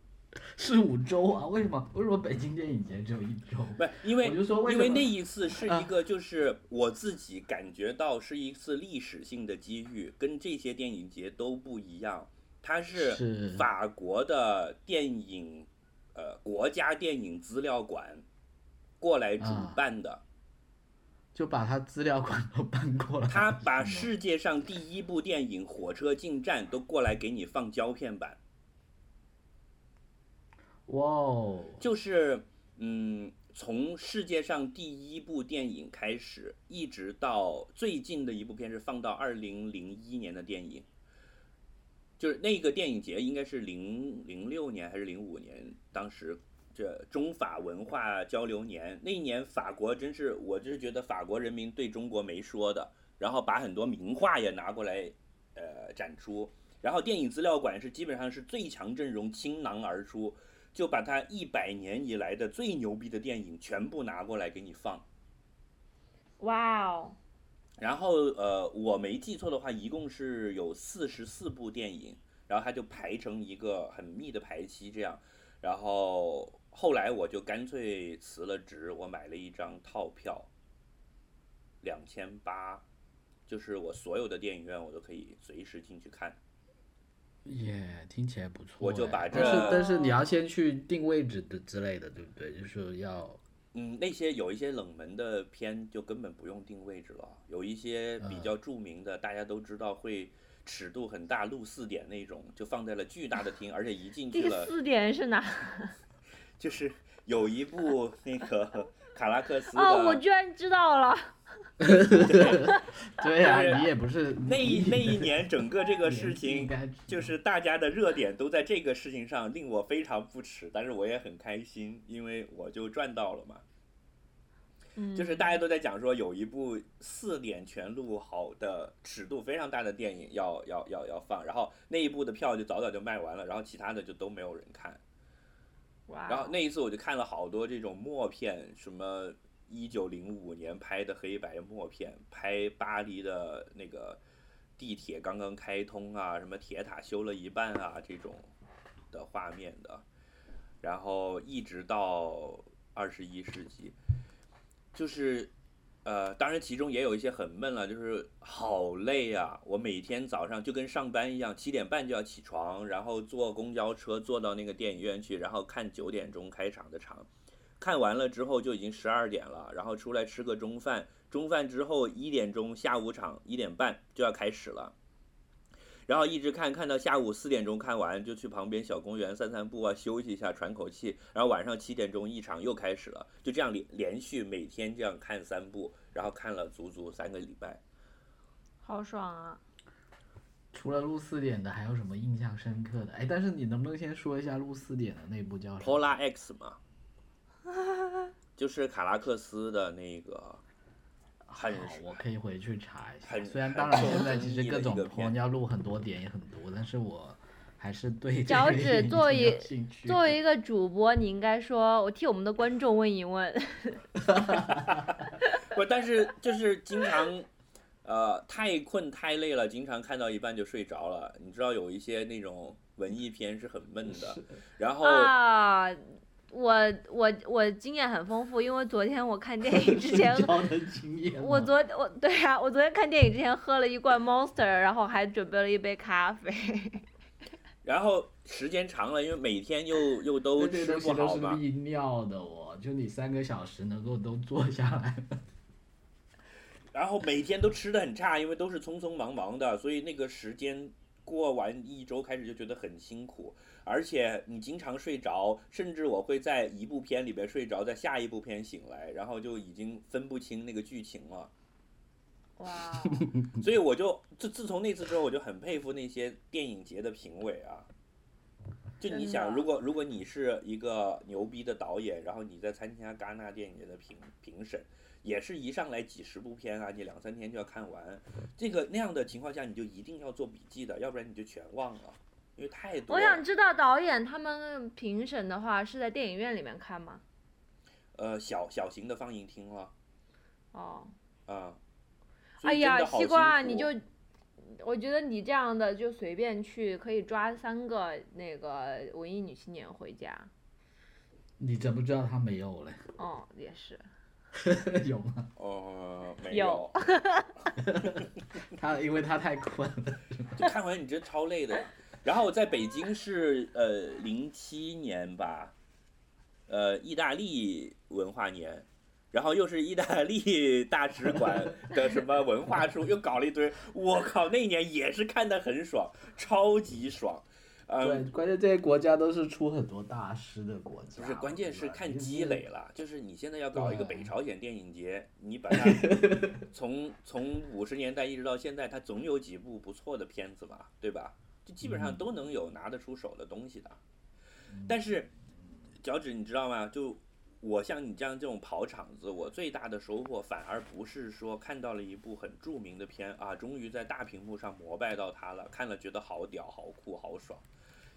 是五周啊？为什么？为什么北京电影节只有一周？
不，因为
我就说为
因
什么
为那一次
啊
是一个，就是我自己感觉到是一次历史性的机遇，跟这些电影节都不一样。它
是
是法国的电影，呃，国家电影资料馆过来主
啊
办的。
就把他资料馆都搬过来。
他把世界上第一部电影《火车进站》都过来给你放胶片版，
哇哦，
就是嗯，从世界上第一部电影开始，一直到最近的一部片是放到二零零一年的电影，就是那个电影节应该是零零六年还是零五年，当时。这中法文化交流年那一年，法国真是我就是觉得法国人民对中国没说的，然后把很多名画也拿过来，呃，展出。然后电影资料馆是基本上是最强阵容倾囊而出，就把它一百年以来的最牛逼的电影全部拿过来给你放。
哇哦，
然后呃，我没记错的话，一共是有四十四部电影，然后它就排成一个很密的排期这样。然后后来我就干脆辞了职，我买了一张套票，两千八，就是我所有的电影院我都可以随时进去看。
耶，听起来不错哎。
我就把
但是
这
但是你要先去定位置的之类的，对不对？就是要
嗯，那些有一些冷门的片就根本不用定位置了，有一些比较著名的，大家都知道会尺度很大，录四点那种，就放在了巨大的厅，而且一进
这
去
个
了
四点是哪？
就是有一部那个卡拉克斯
哦，我
的
居然知道了，
对
就是
啊，你也不是
那一
你
那一年，整个这个事
你应
情
该知道
就是大家的热点都在这个事情上，令我非常不齿，但是我也很开心，因为我就赚到了嘛。
嗯
就是大家都在讲说有一部四点全录好的尺度非常大的电影要要要要放，然后那一部的票就早早就卖完了，然后其他的就都没有人看。
哇哦
然后那一次我就看了好多这种默片，什么一九零五年拍的黑白默片，拍巴黎的那个地铁刚刚开通啊，什么铁塔修了一半啊这种的画面的，然后一直到二十一世纪，就是。呃，当然，其中也有一些很闷了，就是好累啊！我每天早上就跟上班一样，七点半就要起床，然后坐公交车坐到那个电影院去，然后看九点钟开场的场，看完了之后就已经十二点了，然后出来吃个中饭，中饭之后一点钟下午场一点半就要开始了，然后一直看看到下午四点钟看完，就去旁边小公园散散步啊，休息一下，喘口气。然后晚上七点钟一场又开始了，就这样连连续每天这样看三部，然后看了足足三个礼拜。
好爽啊！
除了录四点的，还有什么印象深刻的？哎，但是你能不能先说一下录四点的那部叫什么？
Polar X 嘛，就是卡拉克斯的那个，
好
很，
我可以回去查一下。
很
虽然
很
当然
重
现在其
意义
实各
的一
种
个
坡
片
要录很多点也很多，但是我还是对
脚
这个
趾
电影
作
挺有
为
兴趣
作为
的
一个主播，你应该说，我替我们的观众问一问。
不，但是就是经常，呃，太困太累了，经常看到一半就睡着了。你知道有一些那种文艺片是很闷的，然后
啊，我我我经验很丰富，因为昨天我看电影之 前，
交的经验吗，
我昨我对啊，我昨天看电影之前喝了一罐 Monster，然后还准备了一杯咖啡。
然后时间长了，因为每天 又又都
对
吃
这些东
不
西都
好
是
嘛，
利尿的我，就你三个小时能够都坐下来，
然后每天都吃的很差，因为都是匆匆忙忙的，所以那个时间过完一周开始就觉得很辛苦，而且你经常睡着，甚至我会在一部片里边睡着，在下一部片醒来，然后就已经分不清那个剧情了。
哇，
所以我就自自从那次之后，我就很佩服那些电影节的评委啊。就你
真
想，
的
如果如果你是一个牛逼的导演，然后你再参加戛纳电影节的评评审，也是一上来几十部片啊，你两三天就要看完。这个那样的情况下，你就一定要做笔记的，要不然你就全忘了，因为太多
我
了。
想知道导演他们评审的话是在电影院里面看吗？
呃小小型的放映厅了
哦，
啊。所
哎
以真
呀，
的好
西瓜，
辛苦
你就，我觉得你这样的就随便去，可以抓三个那个文艺女青年回家。
你怎么知道他没有嘞？
哦，也是，
有吗？
呃没
有
有，
他因为他太困了，
就看完你真超累的。然后我在北京是呃零七年吧，呃意大利文化年，然后又是意大利大使馆的什么文化处又搞了一堆，我靠，那一年也是看得很爽，超级爽，呃，
对，关键这些国家都是出很多大师的国家，
不是，关键是
啊对吧
看积累。了。就是你现在要搞一个
对
北朝鲜电影节，你把它 从从五十年代一直到现在，它总有几部不错的片子吧，对吧？就基本上
嗯
都能有拿得出手的东西的。
嗯
但是，脚趾你知道吗？就我像你这样这种跑场子，我最大的收获反而不是说看到了一部很著名的片啊，终于在大屏幕上膜拜到它了，看了觉得好屌、好酷、好爽。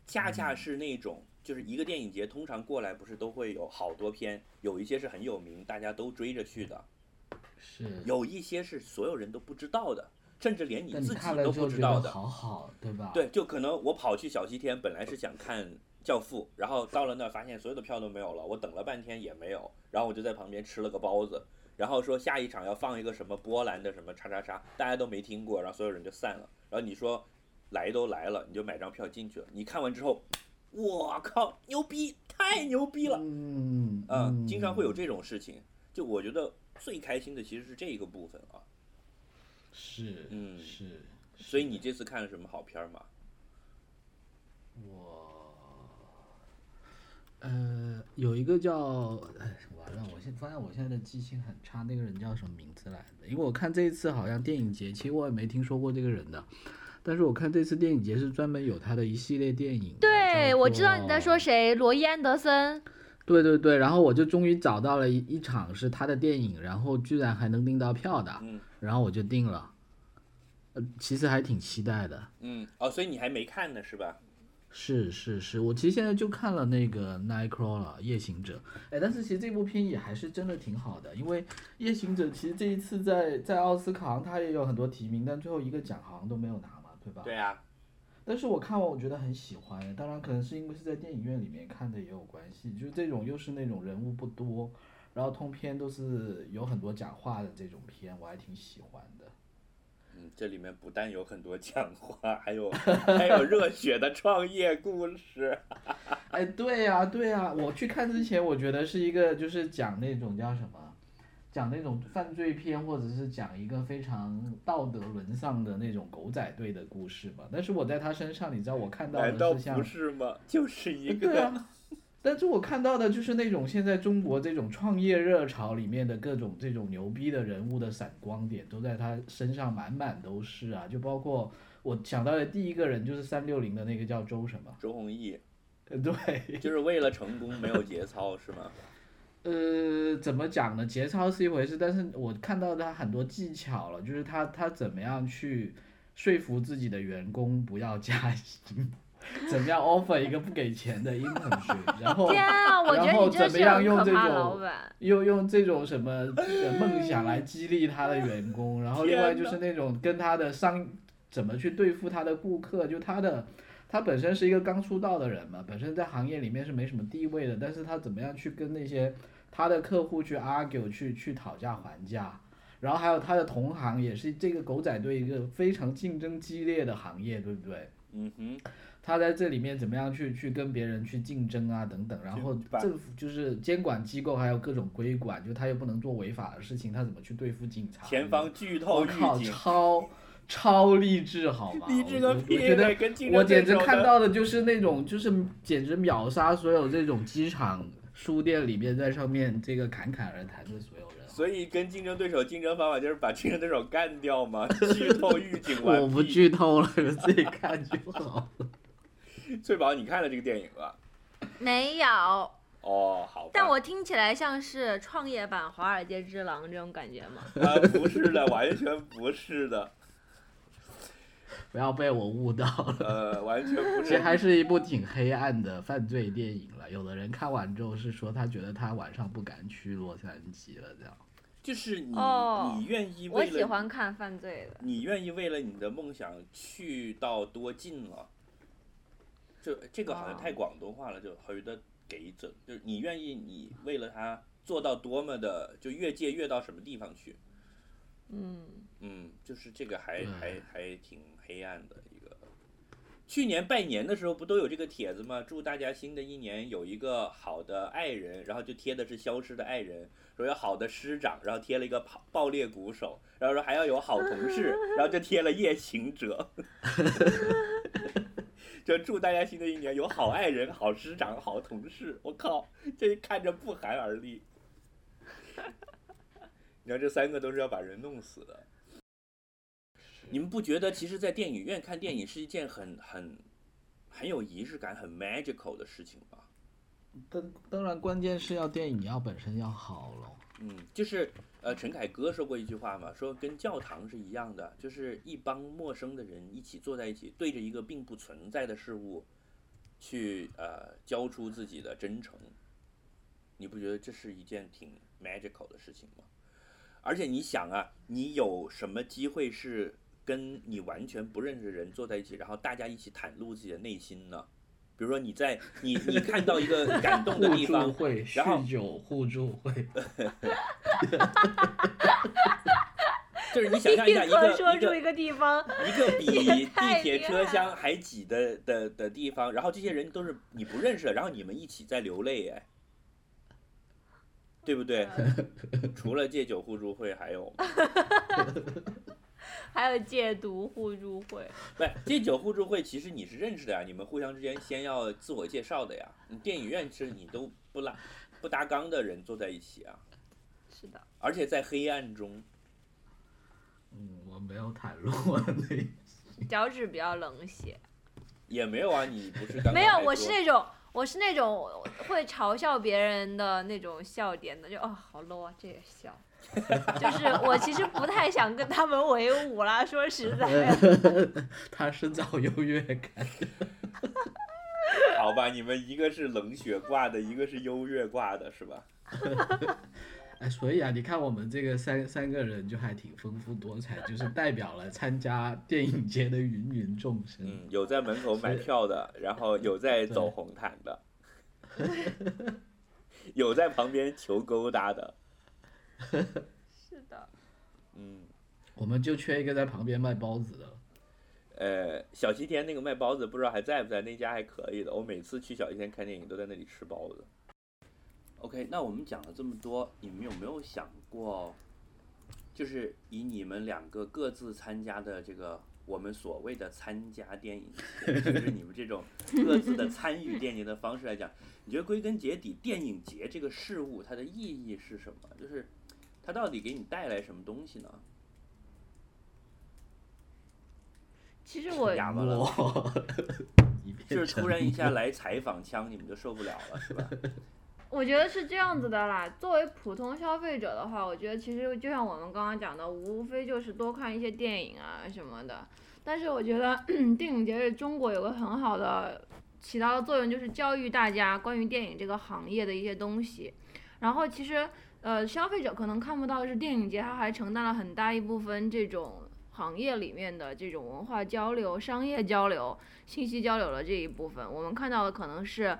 恰恰
嗯
是那种，就是一个电影节通常过来不是都会有好多片，有一些是很有名，大家都追着去的，
是，
有一些是所有人都不知道的，甚至连你
但
自己
看了
都
就
不知
觉
道
得
的。
好好，对吧？
对，就可能我跑去小西天，本来是想看《教父》，然后到了那儿发现所有的票都没有了，我等了半天也没有，然后我就在旁边吃了个包子，然后说下一场要放一个什么波兰的什么叉叉叉，大家都没听过，然后所有人就散了。然后你说来都来了，你就买张票进去了。你看完之后，我靠，牛逼，太牛逼了！
嗯
嗯，经常会有这种事情。就我觉得最开心的其实是这一个部分啊。
是，
嗯
是。
所以
是
你这次看了什么好片儿吗？
我，呃，有一个叫，哎，完了，我现发现我现在的记性很差，那个人叫什么名字来着？因为我看这一次好像电影节，其实我也没听说过这个人的，但是我看这次电影节是专门有他的一系列电影的。
对，
叫
我知道你
做
哦
在说谁，罗伊安德森。
对对对，然后我就终于找到了一一场是他的电影，然后居然还能订到票的，
嗯
然后我就订了，呃，其实还挺期待的。
嗯，哦，所以你还没看呢是吧？
是是是，我其实现在就看了那个《Nightcrawler》夜行者，哎，但是其实这部片也还是真的挺好的，因为《夜行者》其实这一次在在奥斯卡好像它也有很多提名，但最后一个奖好像都没有拿嘛，对吧？
对。啊呀、
但是我看完我觉得很喜欢，当然可能是因为是在电影院里面看的也有关系，就是这种又是那种人物不多，然后通篇都是有很多讲话的这种片，我还挺喜欢的。
嗯，这里面不但有很多讲话，还有还有热血的创业故 事。
哎，对呀、对呀、我去看之前，我觉得是一个就是讲那种叫什么，讲那种犯罪片，或者是讲一个非常道德沦丧的那种狗仔队的故事嘛。但是我在他身上，你知道我看到
难道
的是
哎不
像，
是吗？就是一
对
个
啊，但是我看到的就是那种现在中国这种创业热潮里面的各种这种牛逼的人物的闪光点，都在他身上满满都是啊。就包括我想到的第一个人就是三六零的那个叫周什么，
周鸿祎，
呃对，
就是为了成功没有节操是吗？
呃，怎么讲呢？节操是一回事，但是我看到他很多技巧了，就是他他怎么样去说服自己的员工不要加薪，怎么样 offer 一个不给钱的 internship，然
哦
后
天啊，我觉得
然后
你真
怎么
是
样
很
用
可
这
怕
种
老板。
又用这种什么呃梦想来激励他的员工，然后另外就是那种跟他的商怎么去对付他的顾客，就他的他本身是一个刚出道的人嘛，本身在行业里面是没什么地位的，但是他怎么样去跟那些他的客户去 argue 去去讨价还价，然后还有他的同行也是这个狗仔队一个非常竞争激烈的行业，对不对？
嗯哼，
他在这里面怎么样去去跟别人去竞争啊等等，然后
把
政府就是监管机构还有各种规管，就他又不能做违法的事情，他怎么去对付警察？
前方剧透
我
预
靠，
警，
超超励志好吗？
励志个
我我
屁
我觉
嘞！
得
跟竞
我
争对
简直
手
看
的
到的就是那种就是简直秒杀所有这种机场书店里面在上面这个侃侃而谈的所有人。
所以跟竞争对手竞争方法就是把竞争对手干掉嘛，剧透预警完毕。
我不剧透了，你们自己看就好。
翠宝，你看了这个电影了？
没有，
哦，好吧。
但我听起来像是创业版《华尔街之狼》这种感觉吗？
啊、不是的，完全不是的，
不要被我误导了。
呃，完全不
这
是。
还是一部挺黑暗的犯罪电影了。有的人看完之后是说，他觉得他晚上不敢去洛杉矶了，这样。
就是你，
哦
你愿意
我
为
喜
了
欢看犯罪的。
你愿意为了你的梦想去到多近了？这这个好像
哦
太广东话了，就好有的给准，就是你愿意你为了他做到多么的，就越界越到什么地方去？
嗯，
嗯，就是这个还
嗯
还还挺黑暗的一个。去年拜年的时候不都有这个帖子吗？祝大家新的一年有一个好的爱人，然后就贴的是消失的爱人，说有好的师长，然后贴了一个爆爆裂鼓手，然后说还要有好同事，然后就贴了夜行者。 就祝大家新的一年有好爱人、好师长、好同事。我靠，这看着不寒而栗。 你看这三个都是要把人弄死的。你们不觉得，其实，在电影院看电影是一件很很很有仪式感、很 magical 的事情吗？
当当然，关键是要电影要本身要好咯。
嗯，就是呃，陈凯歌说过一句话嘛，说跟教堂是一样的，就是一帮陌生的人一起坐在一起，对着一个并不存在的事物，去呃交出自己的真诚。你不觉得这是一件挺 magical 的事情吗？而且你想啊，你有什么机会是跟你完全不认识的人坐在一起，然后大家一起袒露自己的内心呢？比如说你在你你看到一个感动的
互
地方
助，会、
然后
酗酒互助会，
就是你想象一下一
刻
个
说
一
出
个
一个地方，
一个比
也
地
太
铁
厉
车
害
厢还挤的的的地方，然后这些人都是你不认识的，然后你们一起在流泪，哎，对不对？
嗯
除了戒酒互助会，还有吗
还有戒毒互助会。
不是戒酒互助会，其实你是认识的呀，你们互相之间先要自我介绍的呀。你电影院是你都不拉不搭gang 的人坐在一起啊，
是的，
而且在黑暗中，
嗯，我没有袒露我的那
脚趾比较冷血。
也没有啊，你不是刚刚
没有，
还
我是
说
那种，我是那种会嘲笑别人的那种笑点的，就哦，好 low 啊，这个笑。 就是我其实不太想跟他们为伍啦，说实在的。
个，他是找优越感。
好吧，你们一个是冷血挂的，一个是优越挂的，是吧？
哎，所以啊，你看我们这个三三个人就还挺丰富多彩，就是代表了参加电影节的芸芸众生。
嗯，有在门口买票的，然后有在走
对
红毯的， 有在旁边求勾搭的，
是的，
嗯，
我们就缺一个在旁边卖包子的了。
呃，小西天那个卖包子不知道还在不在，那家还可以的，我每次去小西天看电影都在那里吃包子。 OK，那我们讲了这么多，你们有没有想过，就是以你们两个各自参加的这个我们所谓的参加电影节，就是你们这种各自的参与电影节的方式来讲，你觉得归根结底，电影节这个事物它的意义是什么？就是它到底给你带来什么东西呢？
其实 我
哑巴了，
我一
就
片
是突然一下来采访腔，你们就受不了了，是吧？
我觉得是这样子的啦。作为普通消费者的话，我觉得其实就像我们刚刚讲的，无非就是多看一些电影啊什么的。但是我觉得 电影节是中国有个很好的起到的作用，就是教育大家关于电影这个行业的一些东西。然后其实呃，消费者可能看不到的是，电影节它还承担了很大一部分这种行业里面的这种文化交流、商业交流、信息交流的这一部分。我们看到的可能是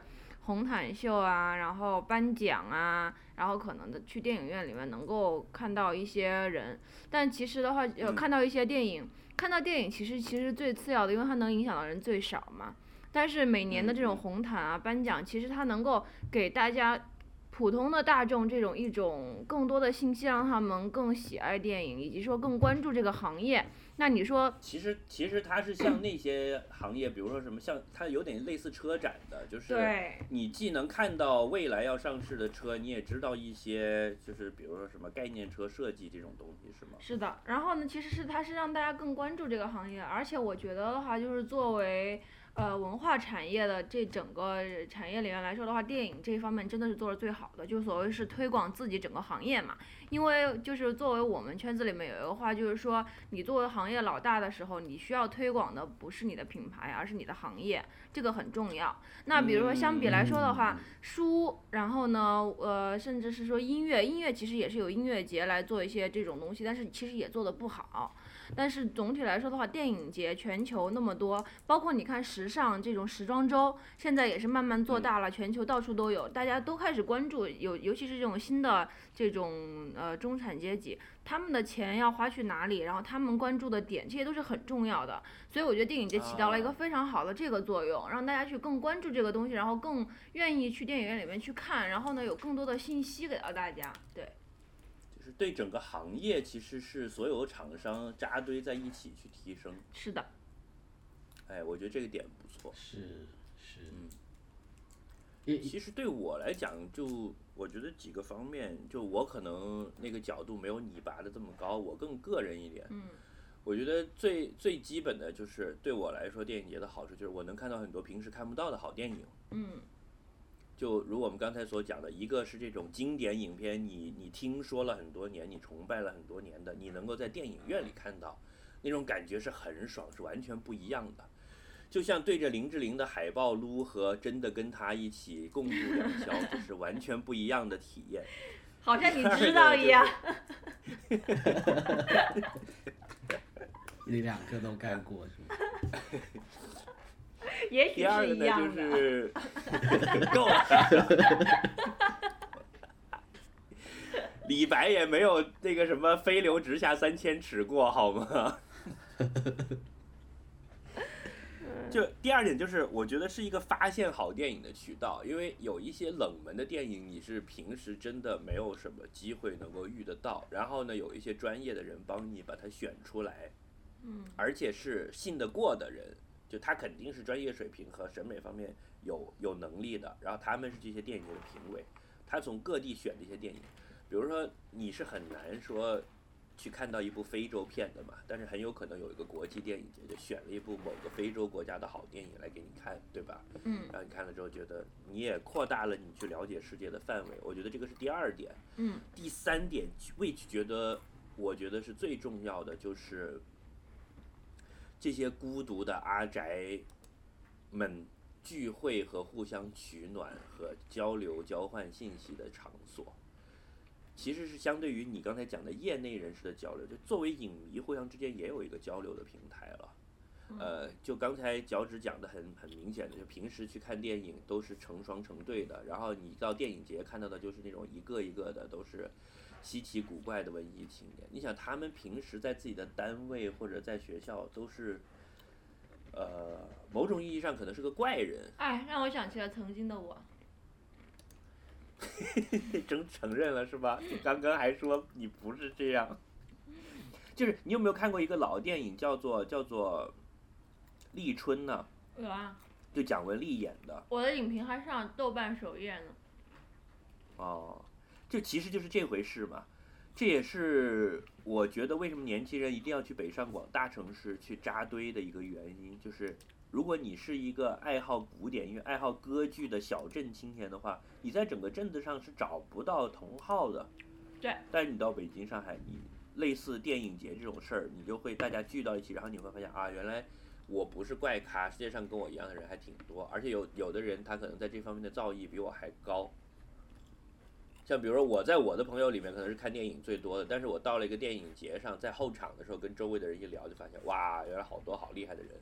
红毯秀啊，然后颁奖啊，然后可能的去电影院里面能够看到一些人，但其实的话，呃，
嗯
看到一些电影，看到电影其实其实最次要的，因为它能影响到人最少嘛。但是每年的
嗯
这种红毯啊、颁奖，其实它能够给大家普通的大众这种一种更多的信息，让他们更喜爱电影，以及说更关注这个行业。那你说，
其实其实它是像那些行业，比如说什么像它有点类似车展的，就是
对
你既能看到未来要上市的车，你也知道一些就是比如说什么概念车设计这种东西是吗？
是的，然后呢，其实是它是让大家更关注这个行业，而且我觉得的话，就是作为呃文化产业的这整个产业里面来说的话，电影这一方面真的是做的最好的，就所谓是推广自己整个行业嘛。因为就是作为我们圈子里面有一个话，就是说你作为行业老大的时候，你需要推广的不是你的品牌，而是你的行业，这个很重要。那比如说相比来说的
嗯
话，书，然后呢，呃，甚至是说音乐，音乐其实也是有音乐节来做一些这种东西，但是其实也做的不好。但是总体来说的话，电影节全球那么多，包括你看时尚这种时装周，现在也是慢慢做
嗯
大了，全球到处都有，大家都开始关注，尤尤其是这种新的这种呃中产阶级，他们的钱要花去哪里，然后他们关注的点，这些都是很重要的。所以我觉得电影节起到了一
啊
个非常好的这个作用，让大家去更关注这个东西，然后更愿意去电影院里面去看，然后呢有更多的信息给到大家。对，
就是对整个行业其实是所有厂商扎堆在一起去提升。
是的，
哎，我觉得这个点不错。
是是
嗯，
一
其实对我来讲，就我觉得几个方面，就我可能那个角度没有你拔的这么高，我更个人一点。
嗯，
我觉得最最基本的就是对我来说，电影节的好处就是我能看到很多平时看不到的好电影。
嗯，
就如我们刚才所讲的，一个是这种经典影片，你你听说了很多年，你崇拜了很多年的，你能够在电影院里看到，那种感觉是很爽，是完全不一样的。就像对着林志玲的海报撸和真的跟她一起共度良宵，这是完全不一样的体验。
好像你
对
知道一样。
你两个都干过是吗？
也许
第二
是
个
一
呢，
样
就
的。
是 够了。李白也没有那个什么“飞流直下三千尺”过，好吗？ 就第二点就是，我觉得是一个发现好电影的渠道，因为有一些冷门的电影，你是平时真的没有什么机会能够遇得到。然后呢，有一些专业的人帮你把它选出来，
嗯，
而且是信得过的人，就他肯定是专业水平和审美方面有有能力的，然后他们是这些电影节的评委，他从各地选的一些电影，比如说你是很难说去看到一部非洲片的嘛，但是很有可能有一个国际电影节就选了一部某个非洲国家的好电影来给你看，对吧？
嗯
然后你看了之后觉得你也扩大了你去了解世界的范围，我觉得这个是第二点。
嗯
第三点，which 觉得我觉得是最重要的，就是这些孤独的阿宅们聚会和互相取暖和交流交换信息的场所。其实是相对于你刚才讲的业内人士的交流，就作为影迷互相之间也有一个交流的平台了。呃，就刚才脚趾讲的很很明显的，就平时去看电影都是成双成对的，然后你到电影节看到的就是那种一个一个的都是稀奇古怪的文艺青年。你想他们平时在自己的单位或者在学校都是，呃，某种意义上可能是个怪人，
哎，让我想起了曾经的我。
真承认了是吧？你刚刚还说你不是这样， 就是你有没有看过一个老电影叫做叫做《立春》呢？
有啊，
就蒋雯丽演的
我的影评还上豆瓣首页呢。
哦，就其实就是这回事嘛。这也是我觉得为什么年轻人一定要去北上广大城市去扎堆的一个原因，就是如果你是一个爱好古典音乐、爱好歌剧的小镇青年的话，你在整个镇子上是找不到同好的。
对。
但是你到北京、上海，你类似电影节这种事儿，你就会大家聚到一起，然后你会发现啊，原来我不是怪咖，世界上跟我一样的人还挺多，而且有有的人他可能在这方面的造诣比我还高。像比如说我在我的朋友里面可能是看电影最多的，但是我到了一个电影节上，在后场的时候跟周围的人一聊，就发现哇，原来好多好厉害的人，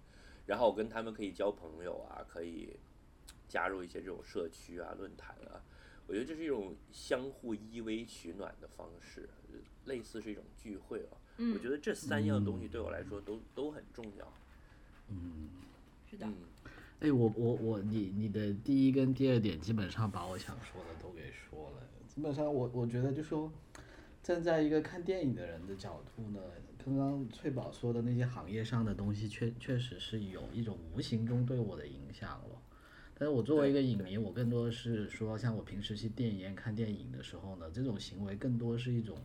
然后我跟他们可以交朋友啊，可以加入一些这种社区啊、论坛啊，我觉得这是一种相互依偎取暖的方式，类似是一种聚会啊。
嗯
我觉得这三样
嗯
东西对我来说都都很重要。
是的
嗯，
哎，我我我，你你的第一跟第二点基本上把我想说的都给说了。基本上我我觉得就说，站在一个看电影的人的角度呢，刚刚翠宝说的那些行业上的东西确，确实是有一种无形中对我的影响了。但是我作为一个影迷，我更多的是说，像我平时去电影院看电影的时候呢，这种行为更多是一种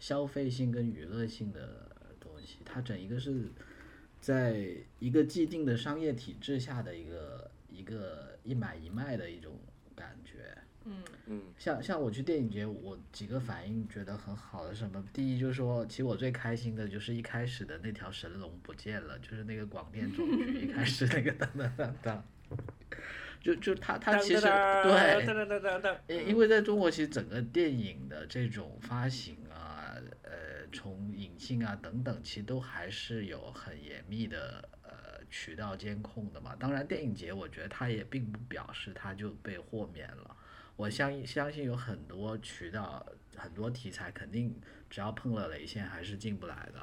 消费性跟娱乐性的东西，它整一个是在一个既定的商业体制下的一个一个一买一卖的一种感觉。
嗯
嗯
像像我去电影节，我几个反应觉得很好的是什么？第一就是说，其实我最开心的就是一开始的那条神龙不见了，就是那个广电总局一开始那个 当当当当，就就他他其实对
当当当当当，
因因为在中国，其实整个电影的这种发行啊，呃，从引进啊等等，其实都还是有很严密的呃渠道监控的嘛。当然，电影节我觉得它也并不表示它就被豁免了。我相相信有很多渠道、很多题材，肯定只要碰了雷线还是进不来的。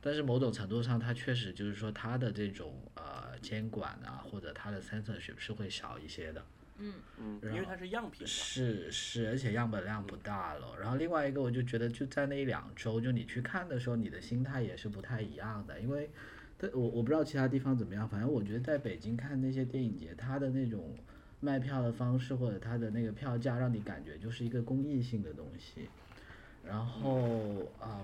但是某种程度上，它确实就是说它的这种呃监管啊，或者它的 censorship 是会少一些的。
嗯，
嗯，因为它是样品嘛。
是是，而且样本量不大了。然后另外一个，我就觉得就在那一两周，就你去看的时候，你的心态也是不太一样的，因为，对我我不知道其他地方怎么样，反正我觉得在北京看那些电影节，它的那种卖票的方式或者它的那个票价，让你感觉就是一个公益性的东西。然后，嗯，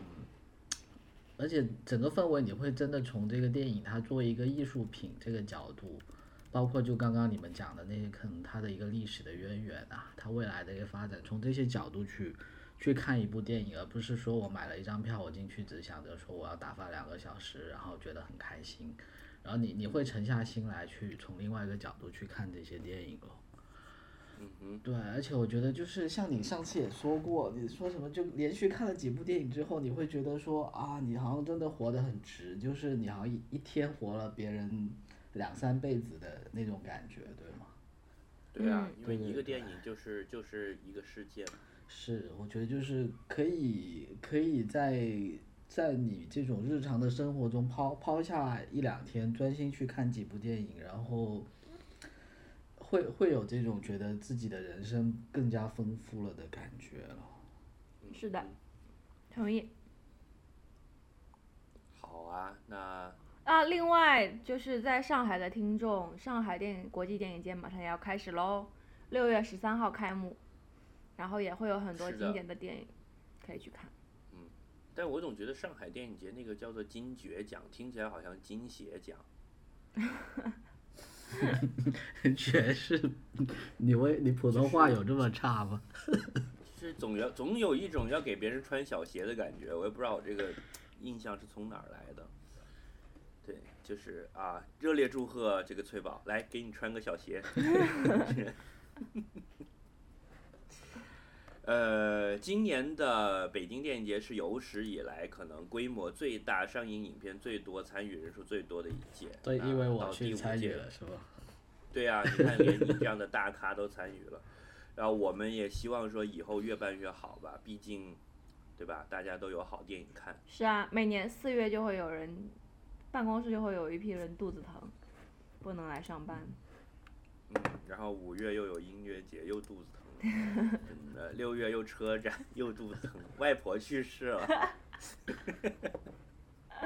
而且整个氛围你会真的从这个电影它作为一个艺术品这个角度，包括就刚刚你们讲的那些，可能它的一个历史的渊源啊，它未来的一个发展，从这些角度去去看一部电影，而不是说我买了一张票，我进去只想着说我要打发两个小时，然后觉得很开心，然后你你会沉下心来去从另外一个角度去看这些电影咯。
嗯哼，
对，而且我觉得就是像你上次也说过，你说什么就连续看了几部电影之后，你会觉得说啊，你好像真的活得很值，就是你好像一一天活了别人两三辈子的那种感觉，对吗？
对啊，
嗯
因为一
对
个电影就是就是一个世界嘛。
是，我觉得就是可以可以在在你这种日常的生活中抛抛下一两天，专心去看几部电影，然后会会有这种觉得自己的人生更加丰富了的感觉了。
是的，
嗯
同意。
好啊，那
啊，另外就是在上海的听众，上海电影国际电影节马上也要开始喽，六月十三号开幕，然后也会有很多
是的
经典的电影可以去看。
但我总觉得上海电影节那个叫做金爵奖，听起来好像金鞋奖。
爵士，你为你普通话有这么差吗？
是总要总有一种要给别人穿小鞋的感觉，我也不知道我这个印象是从哪儿来的。对，就是啊，热烈祝贺这个翠宝，来给你穿个小鞋。 呃，今年的北京电影节是有史以来可能规模最大、上映影片最多、参与人数最多的一届。
对，
那
因为我
到啊第
去
五
参与
届
了，是吧？
对啊，你看连你这样的大咖都参与了， 然后我们也希望说以后越办越好吧，毕竟，对吧？大家都有好电影看，
是啊，每年四月就会有人，办公室就会有一批人肚子疼，不能来上班。
嗯，然后五月又有音乐节，又肚子疼了真的，六月又车展， 又肚子疼，外婆去世了。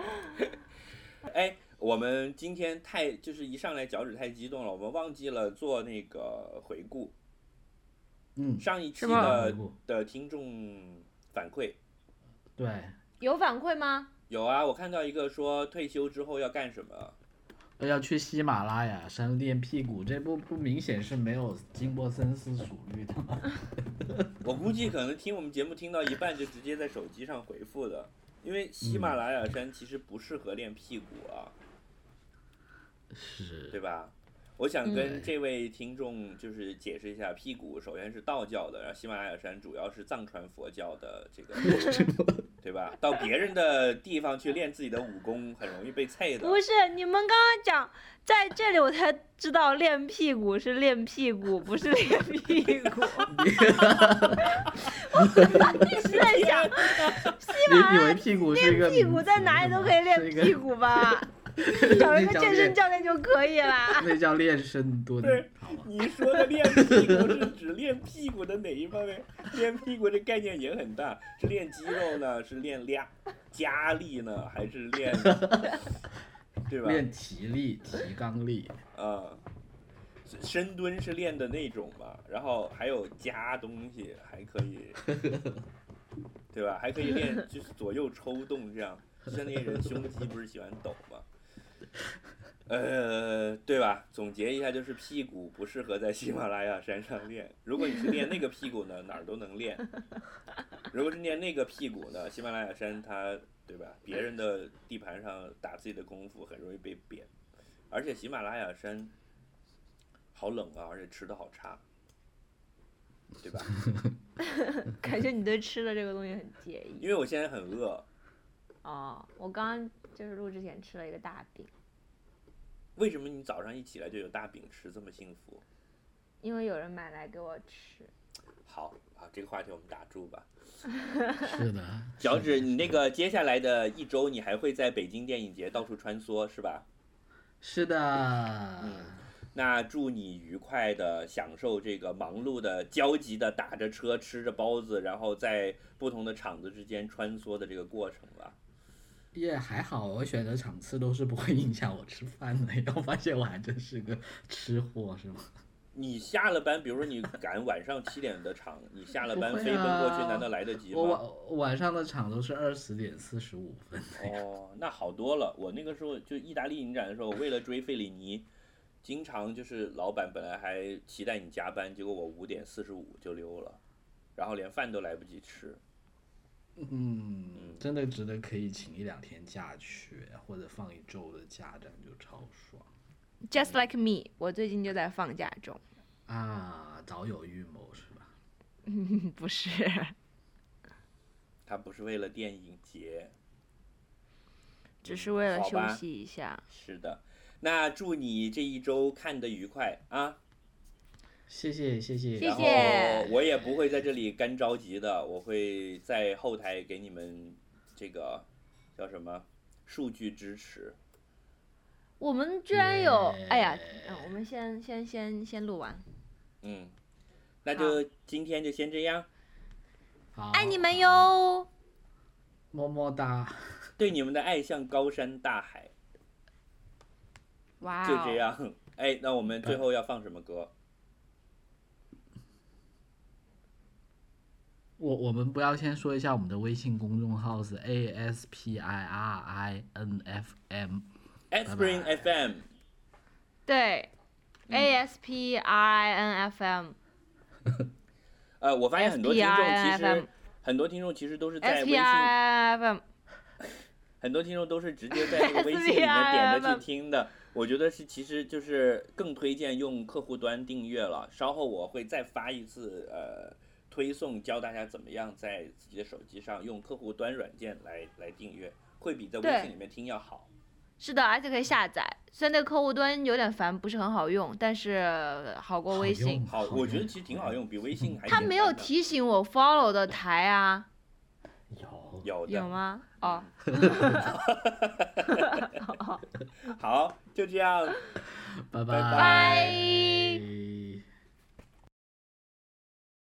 哎，我们今天太就是一上来脚趾太激动了，我们忘记了做那个回顾，
嗯，
上一期
是吗
回
的
顾
的听众反馈。
对，
有反馈吗？
有啊，我看到一个说退休之后要干什么，
要去喜马拉雅山练屁股，这不不明显是没有经过深思熟虑的吗？
我估计可能听我们节目听到一半就直接在手机上回复的，因为喜马拉雅山其实不适合练屁股啊，对
是，
吧？我想跟
嗯
这位听众就是解释一下，屁股首先是道教的，然后喜马拉雅山主要是藏传佛教的这个，对吧？到别人的地方去练自己的武功，很容易被菜的。
不是，你们刚刚讲在这里，我才知道练屁股是练屁股，不是练屁股。我一直在想，
你以为屁股是一个
练屁股
名
在
词
哪里
是
都
吗
可以
是
练
一个
屁股吧？找一个
那叫
健
练
身教练就可以啦。
那叫练深蹲
对，
好吧？
你说的练屁股是指练屁股的哪一方面？ 练屁股这概念也很大，是练肌肉呢，是练俩加力呢，还是练，对吧？
练体力、提肛力，
啊、深蹲是练的那种嘛，然后还有加东西，还可以，对吧？还可以练就是左右抽动这样，就像那些人胸肌不是喜欢抖嘛。呃，对吧？总结一下，就是屁股不适合在喜马拉雅山上练。如果你是练那个屁股呢，哪儿都能练；如果是练那个屁股呢，喜马拉雅山它对吧？别人的地盘上打自己的功夫，很容易被扁。而且喜马拉雅山好冷啊，而且吃的好差，对吧？
感觉你对吃的这个东西很介意
因为我现在很饿，
哦。我刚刚就是录之前吃了一个大饼，
为什么你早上一起来就有大饼吃，这么幸福？
因为有人买来给我吃。
好，好，这个话题我们打住吧。
是的，
脚趾，你那个接下来的一周，你还会在北京电影节到处穿梭，是吧？
是的，
那祝你愉快的享受这个忙碌的、焦急的打着车、吃着包子，然后在不同的场子之间穿梭的这个过程吧。
也还好，我选择场次都是不会影响我吃饭的。 然后发现我还真是个吃货，是吗？
你下了班，比如说你赶晚上七点的场，你下了班
不会啊
飞奔过去，难道来得及
我
吗？
晚晚上的场都是二十点四十五分，
哦，那好多了。我那个时候就意大利影展的时候，我为了追费里尼，经常就是老板本来还期待你加班，结果我五点四十五就溜了，然后连饭都来不及吃。
嗯，真的值得可以请一两天假去，或者放一周的假，这样就超爽
Just like me，我最近就在放假中。
啊！早有预谋是吧？
不是，
他不是为了电影节，
只是为了
好
休
吧
息一下。
是的。那祝你这一周看得愉快啊！
谢谢谢谢，
谢
然
谢
后我也不会在这里干着急的，我会在后台给你们这个叫什么数据支持。
我们居然有，哎呀
Yeah，
嗯我们先先先先录完。
嗯，那就今天就先这样。
好，
爱哎你们，
哦
哟，
么么哒，
对你们的爱像高山大海，
哇、哦
就这。样。 哎，那我们最后要放什么歌？
我我们不要先说一下我们的微信公众号是 A S P I R I N F M，
a Spring FM，
对、a
嗯
S P R I N F M
呃，我发现很多听众其
SPRIFM
实很多听众其实都是在
S
微
P
信，
R I F M，
很多听众都是直接 在那个微信里面点着去听的。我觉得是，其实就是更推荐用客户端订阅了。稍后我会再发一次呃推送，教大家怎么样在自己的手机上用客户端软件来来订阅，会比在微
对
信里面听要好。
是的，而且可以下载。虽然那个客户端有点烦，不是很好用，但是呃好过微
好用
信。
好，啊
好
我觉得
用
其实挺好用，比微信还
它
简
没
单
有
的
提醒我 follow 的台啊，
有
有
有
的。
吗？哦，
好，就这样。
拜
拜
拜
拜